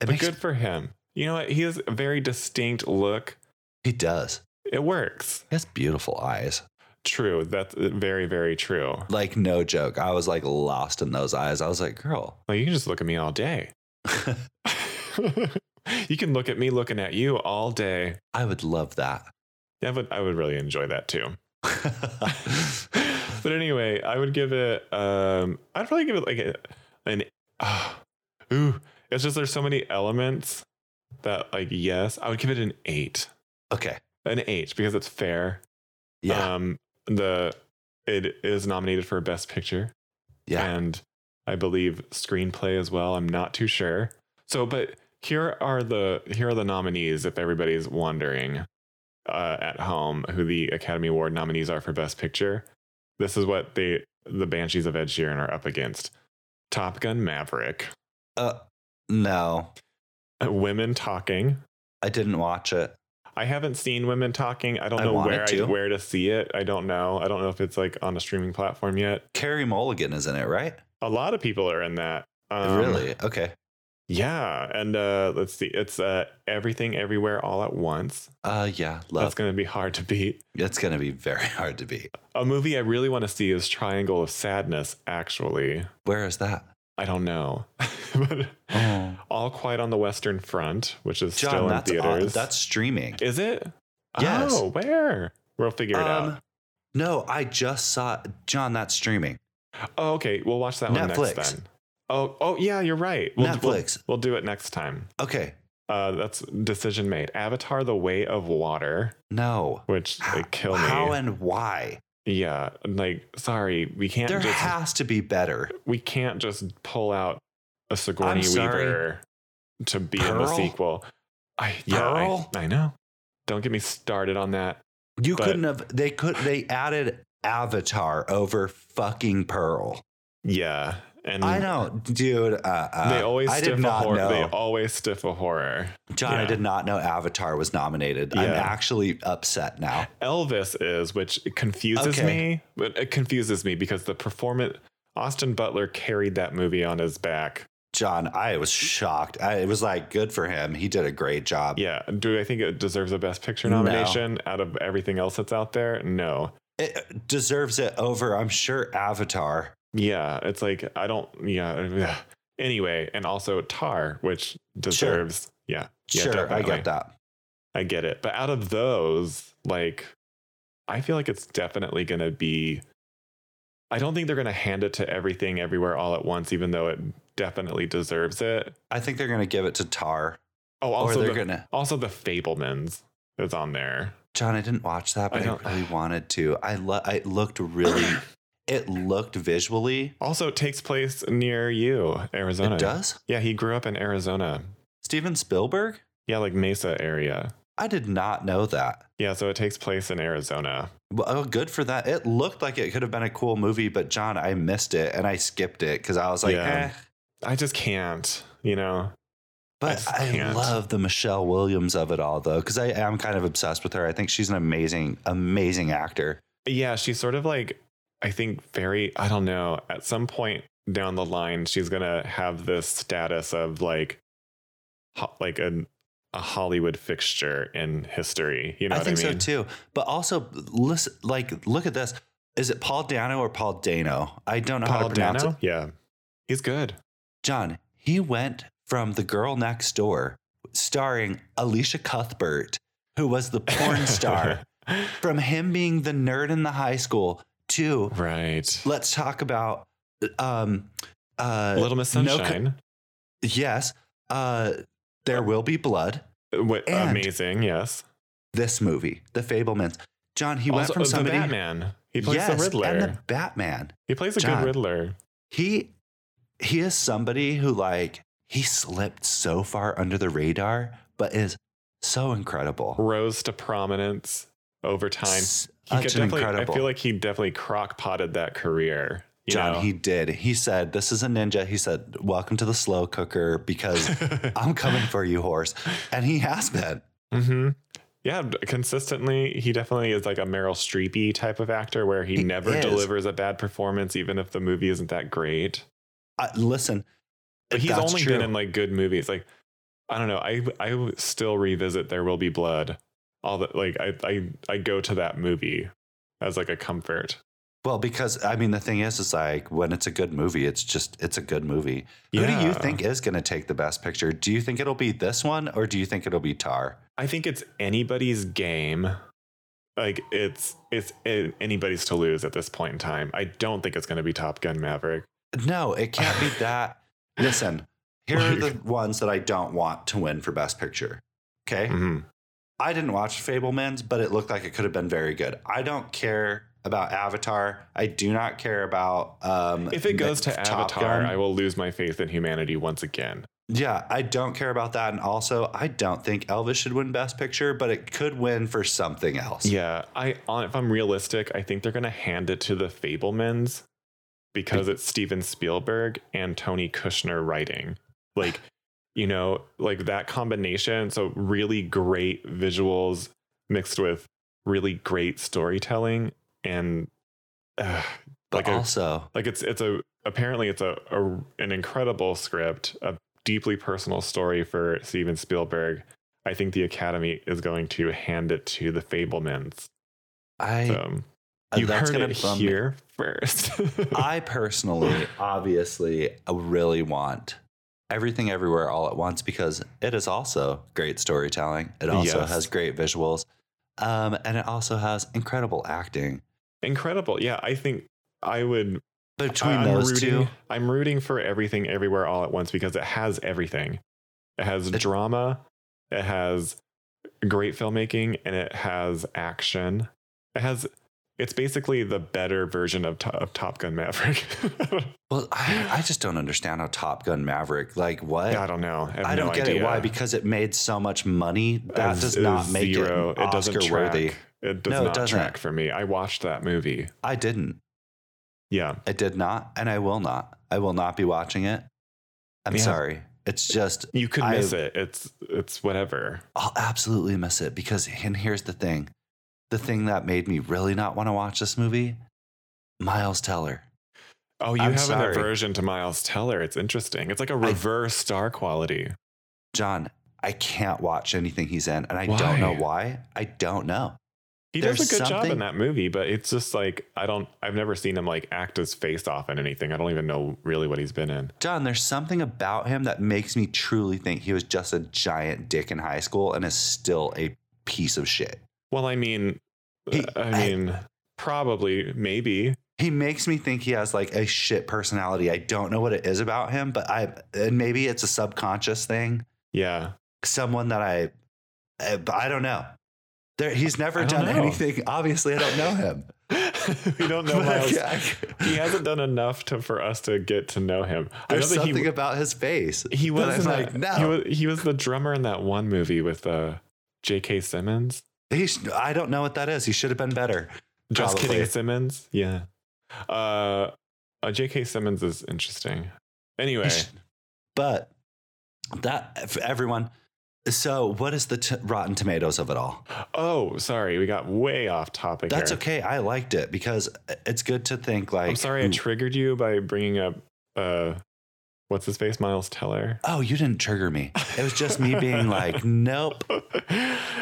It
But
makes,
good for him. You know what? He has a very distinct look.
He does.
It works.
He has beautiful eyes.
True. That's uh, very, very true.
Like no joke. I was like lost in those eyes. I was like, girl,
Like Oh, you can just look at me all day. you can look at me looking at you all day.
I would love that.
I would, I would really enjoy that too. but anyway, I would give it. Um, I'd probably give it like a, an. ah, ooh, it's just there's so many elements that like yes, I would give it an eight,
okay.
an eight because it's fair.
Yeah.
Um, the it is nominated for best picture.
yeah.
and I believe screenplay as well. I'm not too sure. So, but here are the here are the nominees. If everybody's wondering uh, at home who the Academy Award nominees are for Best Picture, this is what they the Banshees of Ed Sheeran are up against: Top Gun Maverick,
Uh, no,
uh, Women Talking.
I didn't watch it.
I haven't seen Women Talking. I don't
I
know
wanted
where
to.
I, where to see it. I don't know. I don't know if it's like on a streaming platform yet.
Carrie Mulligan is in it, right?
A lot of people are in that. Um,
really? Okay.
Yeah, and uh, let's see, it's uh, everything, everywhere, all at once.
Uh, yeah.
That's
Love.
going to be hard to beat.
It's gonna be very hard to beat.
A movie I really want to see is Triangle of Sadness. Actually,
Where is that?
I don't know, but
Oh.
All Quiet on the Western Front, which is still
John,
in
that's on,
theaters.
that's streaming.
is it?
Yes.
Oh, where? We'll figure it
Um,
out.
No, I just saw John. That's streaming.
Oh, okay, we'll watch that one
Netflix.
next then. Oh, oh yeah, you're right. We'll, we'll-
Netflix.
We'll, do it next time.
Okay.
Uh, that's decision made. Avatar: The Way of Water,
No.
which like, kill me.
How and why?
Yeah, and, like sorry, we can't
There
just
has to be better.
we can't just pull out a Sigourney
I'm sorry.
Weaver to be in
Pearl?
the sequel. I yeah, I-
Pearl?
I, know. Don't get me started on that.
You
But-
couldn't have. They could. They added Avatar over fucking Pearl.
Yeah, and
I know, dude. Uh, uh,
they always
I
stiff
did
a
not
horror.
know.
They always stiff a horror.
John, I
yeah.
did not know Avatar was nominated. I'm
Yeah.
actually upset now.
Elvis is, which confuses
Okay.
me. But it confuses me because the performance Austin Butler carried that movie on his back.
John, I was shocked. I, it was like good for him. He did a great job.
Yeah, do I think it deserves a Best Picture
No.
nomination out of everything else that's out there? No.
It deserves it over, I'm sure, Avatar.
Yeah, it's like I don't. Yeah. ugh. Anyway, and also Tar, which deserves. Yeah, yeah,
sure, I
definitely.
get that.
I get it. But out of those, like, I feel like it's definitely going to be. I don't think they're going to hand it to everything everywhere all at once, even though it definitely deserves it.
I think they're gonna give it to Tar,
Oh,
or
also
they're
the,
gonna.
also the Fablemans is on there.
John, I didn't watch that,
I
but I,
don't-
really wanted to. I lo- it looked really. it looked visually.
Also, it takes place near you, Arizona.
It does.
Yeah, he grew up in Arizona.
Steven Spielberg.
Yeah, like Mesa area.
I did not know that.
Yeah, so it takes place in Arizona.
Well, oh, good for that. It looked like it could have been a cool movie, but John, I missed it and I skipped it because I was like, eh.
Yeah. I just can't, you know.
But
I
I,
can't.
love the Michelle Williams of it all, though, because I am kind of obsessed with her. I think she's an amazing, amazing actor.
Yeah, she's sort of like I think very I don't know, at some point down the line she's going to have this status of like ho- like an a Hollywood fixture in history, you know
I
what
think
I mean?
so too. But also, listen, like, look at this. Is it Paul Dano or Paul Dano? I don't know how
Paul
to pronounce
Dano?
it.
Yeah. He's good.
John, he went from The Girl Next Door, starring Alicia Cuthbert, who was the porn star, from him being the nerd in the high school to
right.
let's talk about um, uh,
Little Miss
no co-
Sunshine.
Yes. Uh, there will be blood.
What
And-
amazing, yes.
This movie, The Fablemans. John, he went
also,
from
uh,
somebody.
the Batman. He plays
yes,
the Riddler.
and the Batman.
he plays a
John.
good Riddler.
He he is somebody who like he slipped so far under the radar, but is so incredible.
Rose to prominence over time. He could
Such an
definitely, I
incredible.
feel like he definitely crock potted that career. You
John,
know?
he did. He said, "This is a ninja." He said, "Welcome to the slow cooker," because I'm coming for you, horse. And he has been. Mm-hmm.
hmm Yeah, d- consistently, he definitely is like a Meryl Streepy type of actor where he,
He
never
is.
delivers a bad performance, even if the movie isn't that great.
Uh, listen,
But he's
that's
only
true.
been in like good movies. Like, I don't know. I I still revisit There Will Be Blood. All that like I I I go to that movie as like a comfort.
well because I mean the thing is, is like when it's a good movie, it's just it's a good movie. Who do you
Yeah.
think is going to take the best picture? Do you think it'll be this one, or do you think it'll be Tar?
I think it's anybody's game. Like it's it's a- anybody's to lose at this point in time. I don't think it's going to be Top Gun Maverick.
No, it can't be that. Listen, here are the ones that I don't want to win for best picture. Okay,
hmm
I didn't watch Fablemans, but it looked like it could have been very good. I don't care about Avatar. I do not care about um,
If it goes to
Top
Avatar,
Gun.
I will lose my faith in humanity once again.
Yeah, I don't care about that. And also, I don't think Elvis should win Best Picture, but it could win for something else.
Yeah, I on- if I'm realistic, I think they're going to hand it to the Fablemans because it's Steven Spielberg and Tony Kushner writing. Like, you know, like that combination, so really great visuals mixed with really great storytelling and uh,
but
like a
also,
like it's it's a apparently it's a, a an incredible script a deeply personal story for steven spielberg i think the academy is going to hand it to the fablemans
I
so
uh,
you
that's
heard
gonna
it
bum me.
here first
I personally, obviously, uh, really want everything everywhere all at once because it is also great storytelling. It also
Yes.
has great visuals, um, and it also has incredible acting.
incredible yeah i think i would
Between
I'm
those
rooting,
two,
I'm rooting for everything everywhere all at once because it has everything. It has
It-
drama, it has great filmmaking, and it has action. It has it's basically the better version of, to- of Top Gun Maverick.
well, I, I just don't understand how Top Gun Maverick, like what?
I don't know. I, have
I don't
no
get
idea.
it. Why? Because it made so much money. That
It's-
does
it is
not make
zero.
it Oscar
doesn't track.
worthy.
It does
No, it
not
doesn't.
track for me. I watched that movie.
I didn't.
Yeah.
I did not, and I will not. I will not be watching it. I'm
Yeah.
sorry. It's just
You could
I-
miss it. It's it's whatever.
I'll absolutely miss it because, and here's the thing the thing that made me really not want to watch this movie Miles Teller.
Oh, you
I'm
have
sorry.
an aversion to Miles Teller. It's interesting. It's like a reverse star quality.
John, I can't watch anything he's in, and I don't know why. I don't know.
He does a
There's
good job
something-
in that movie, but it's just like I don't. I've never seen him like act his face off in anything. I don't even know really what he's been in.
John, there's something about him that makes me truly think he was just a giant dick in high school and is still a piece of shit.
Well, I mean, uh,
He-
I mean, probably, maybe.
He makes me think he has like a shit personality. I don't know what it is about him, but I, and maybe it's a subconscious thing.
Yeah,
someone that I, I, I don't know. There, he's never
I don't
done
know.
anything. Obviously, I don't know him.
we don't know
But I
Miles.
ca- I ca-
He hasn't done enough to for us to get to know him.
there's
I know
something
that
about his face.
he, he
that
was
I'm
in
like, no.
that- He was he was the drummer in that one movie with uh, J.K. Simmons.
He sh- I don't know what that is. He should have been better.
Just
Probably.
kidding, Simmons. Yeah. Uh, uh, J.K. Simmons is interesting.
He
Anyway,
sh- but that for everyone. So, what is the t- Rotten Tomatoes of it all?
oh, sorry, we got way off topic.
That's
here.
okay. I liked it because eh, it's good to think like. mm.
I'm sorry I triggered you by bringing up uh, what's his face, Miles Teller.
oh, you didn't trigger me. It was just me being like, nope.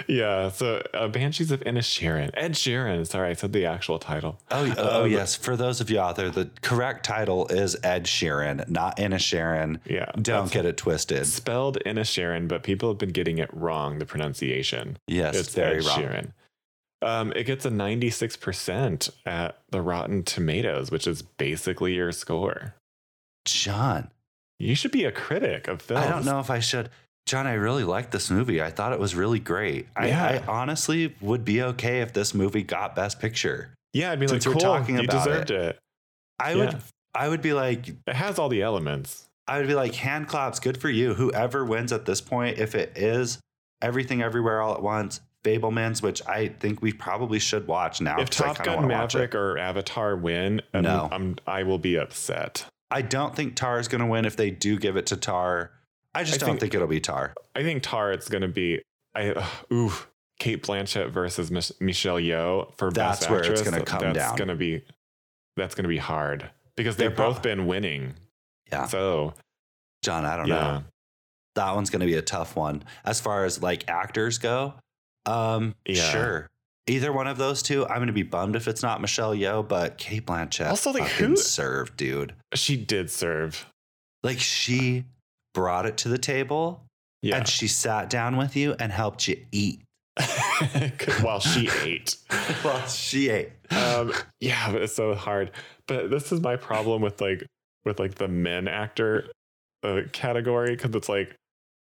yeah. So uh, Banshees of Inisherin. Ed Sheeran. Sorry, I said the actual title.
Oh, y- oh
Um,
yes. For those of you out there, the correct title is Ed Sheeran, not Anna Sharon.
Yeah.
Don't get it twisted.
It's spelled Inisherin, but people have been getting it wrong. The pronunciation.
Yes,
it's
very
Ed
wrong.
Sheeran. Um, it gets a 96% at the Rotten Tomatoes, which is basically your score.
John,
You should be a critic of films.
I don't know if I should. John, I really liked this movie. I thought it was really great.
Yeah.
I, I honestly would be okay if this movie got Best Picture.
Yeah, I'd be
Since
like,
we're
cool,
talking
you
about
deserved it.
I
Yeah.
would I would be like
It has all the elements.
I would be like hand claps, good for you. Whoever wins at this point, if it is everything everywhere all at once, Fablemans, which I think we probably should watch now.
if
'cause I
Top
kinda
Gun
wanna watch it.
Maverick or Avatar win, um,
No.
I'm, I will be upset.
I don't think Tar is going to win if they do give it to Tar. I just
I
don't
think-
think it'll be Tar.
I think Tar, it's going to be, I, uh, ooh, Kate Blanchett versus Mich- Michelle Yeoh for
That's
Best
where it's
Actress.
gonna come
that's
down.
Gonna be, that's going to be hard because they've
They're pro-
both been winning.
Yeah.
So,
John, I don't
yeah.
know. That one's going to be a tough one as far as like actors go. Um,
Yeah.
sure. Either one of those two, I'm going to be bummed if it's not Michelle Yeoh, but Kate Blanchett
Also, like,
fucking
who-
served, dude.
She did serve.
Like she brought it to the table
Yeah.
and she sat down with you and helped you eat
While she ate.
well, she ate.
um yeah but it's so hard but this is my problem with like with like the men actor uh, category because it's like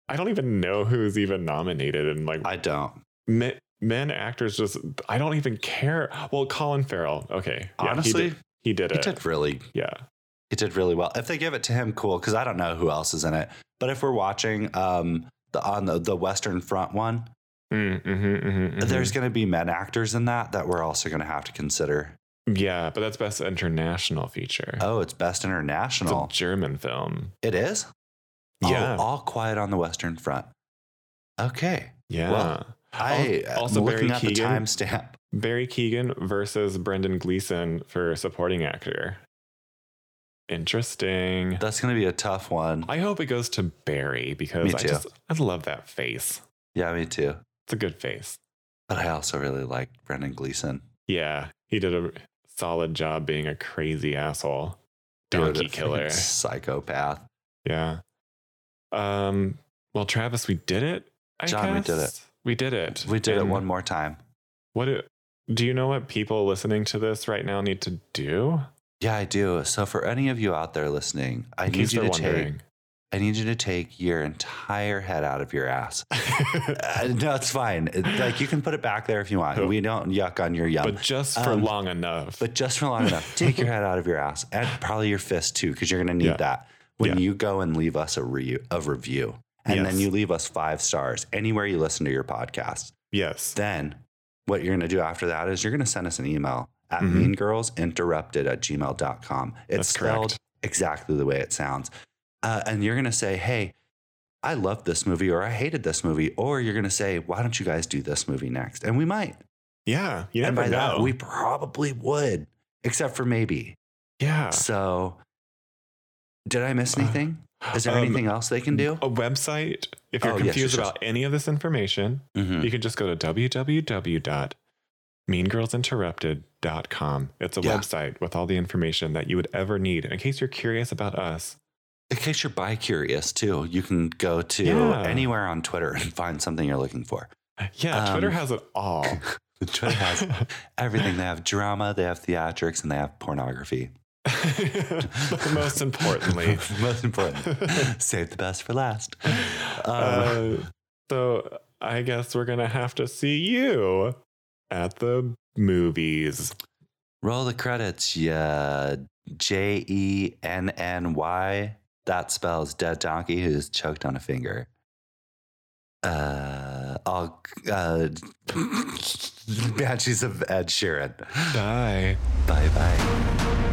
i don't even know who's even nominated and like
I don't.
men, men actors just i don't even care well colin farrell okay Yeah, he
Honestly,
did- he did,
he
it
did really
yeah
he did really well. If they give it to him, cool, because I don't know who else is in it. But if we're watching um, the on the, the Western Front one,
Mm, mhm,
mm-hmm,
mhm, mhm.
there's going to be men actors in that that we're also going to have to consider.
yeah but that's best international feature
Oh, it's best
it's a
international.
german film
It is. Oh,
yeah
all quiet on the Western Front. Okay,
yeah
well, I
Al-
also
also
am looking
Barry
at the
Keoghan.
timestamp.
Barry Keegan versus Brendan Gleeson for supporting actor. Interesting.
That's going to be a tough one.
I hope it goes to Barry because
Me
I
too.
just I love that face.
Yeah, me too.
It's a good face.
But I also really like Brendan Gleeson.
Yeah, he did a solid job being a crazy asshole
Dude,
donkey
freaking
killer.
psychopath.
Yeah. Um. Well, Travis, we did it. I
John, we did
guess. We did it.
We did it
And
one more time.
What it- do you know? What people listening to this right now need to do?
Yeah, I do. So for any of you out there listening, I
In
need
case
you
they're
to
wondering.
take I need you to take your entire head out of your ass. Uh, no, it's fine. It- Like you can put it back there if you want.
Cool.
We don't yuck on your yum.
but
But,
just for
um,
long enough.
just for long enough, take your head out of your ass and probably your fist too, because you're gonna need
Yeah.
that when
Yeah.
you go and leave us a, re- a review, and then
Yes.
you leave us five stars anywhere you listen to your podcast.
Yes.
Then what you're going to do after that is you're going to send us an email at
Mhm.
meangirlsinterrupted at gmail.com. It's
That's correct.
spelled exactly the way it sounds. Uh, and you're going to say, hey, I loved this movie or I hated this movie. Or you're going to say, why don't you guys do this movie next? And we might.
Yeah. You
and by
never know.
that, we probably would, except for maybe. Uh.
yeah.
So did I miss
Uh,
anything? Is there
um,
anything else they can do?
A website. If you're
Oh, yes,
confused
yes, yes.
about any of this information,
Mhm.
you can just go to www.meangirlsinterrupted.com. It's a
Yeah.
website with all the information that you would ever need in case you're curious about us.
In case you're bi curious too, you can go to
Yeah.
anywhere on Twitter and find something you're looking for.
Yeah, Twitter
Um,
has it all.
Twitter has everything. They have drama, they have theatrics, and they have pornography.
But most importantly,
most important, save the best for last.
Uh, so I guess we're gonna have to see you at the movies.
Roll the credits, yeah. J E N N Y. That spells dead donkey who's choked on a finger. Uh, all uh, Banshees of Ed Sheeran.
Bye.
Bye bye.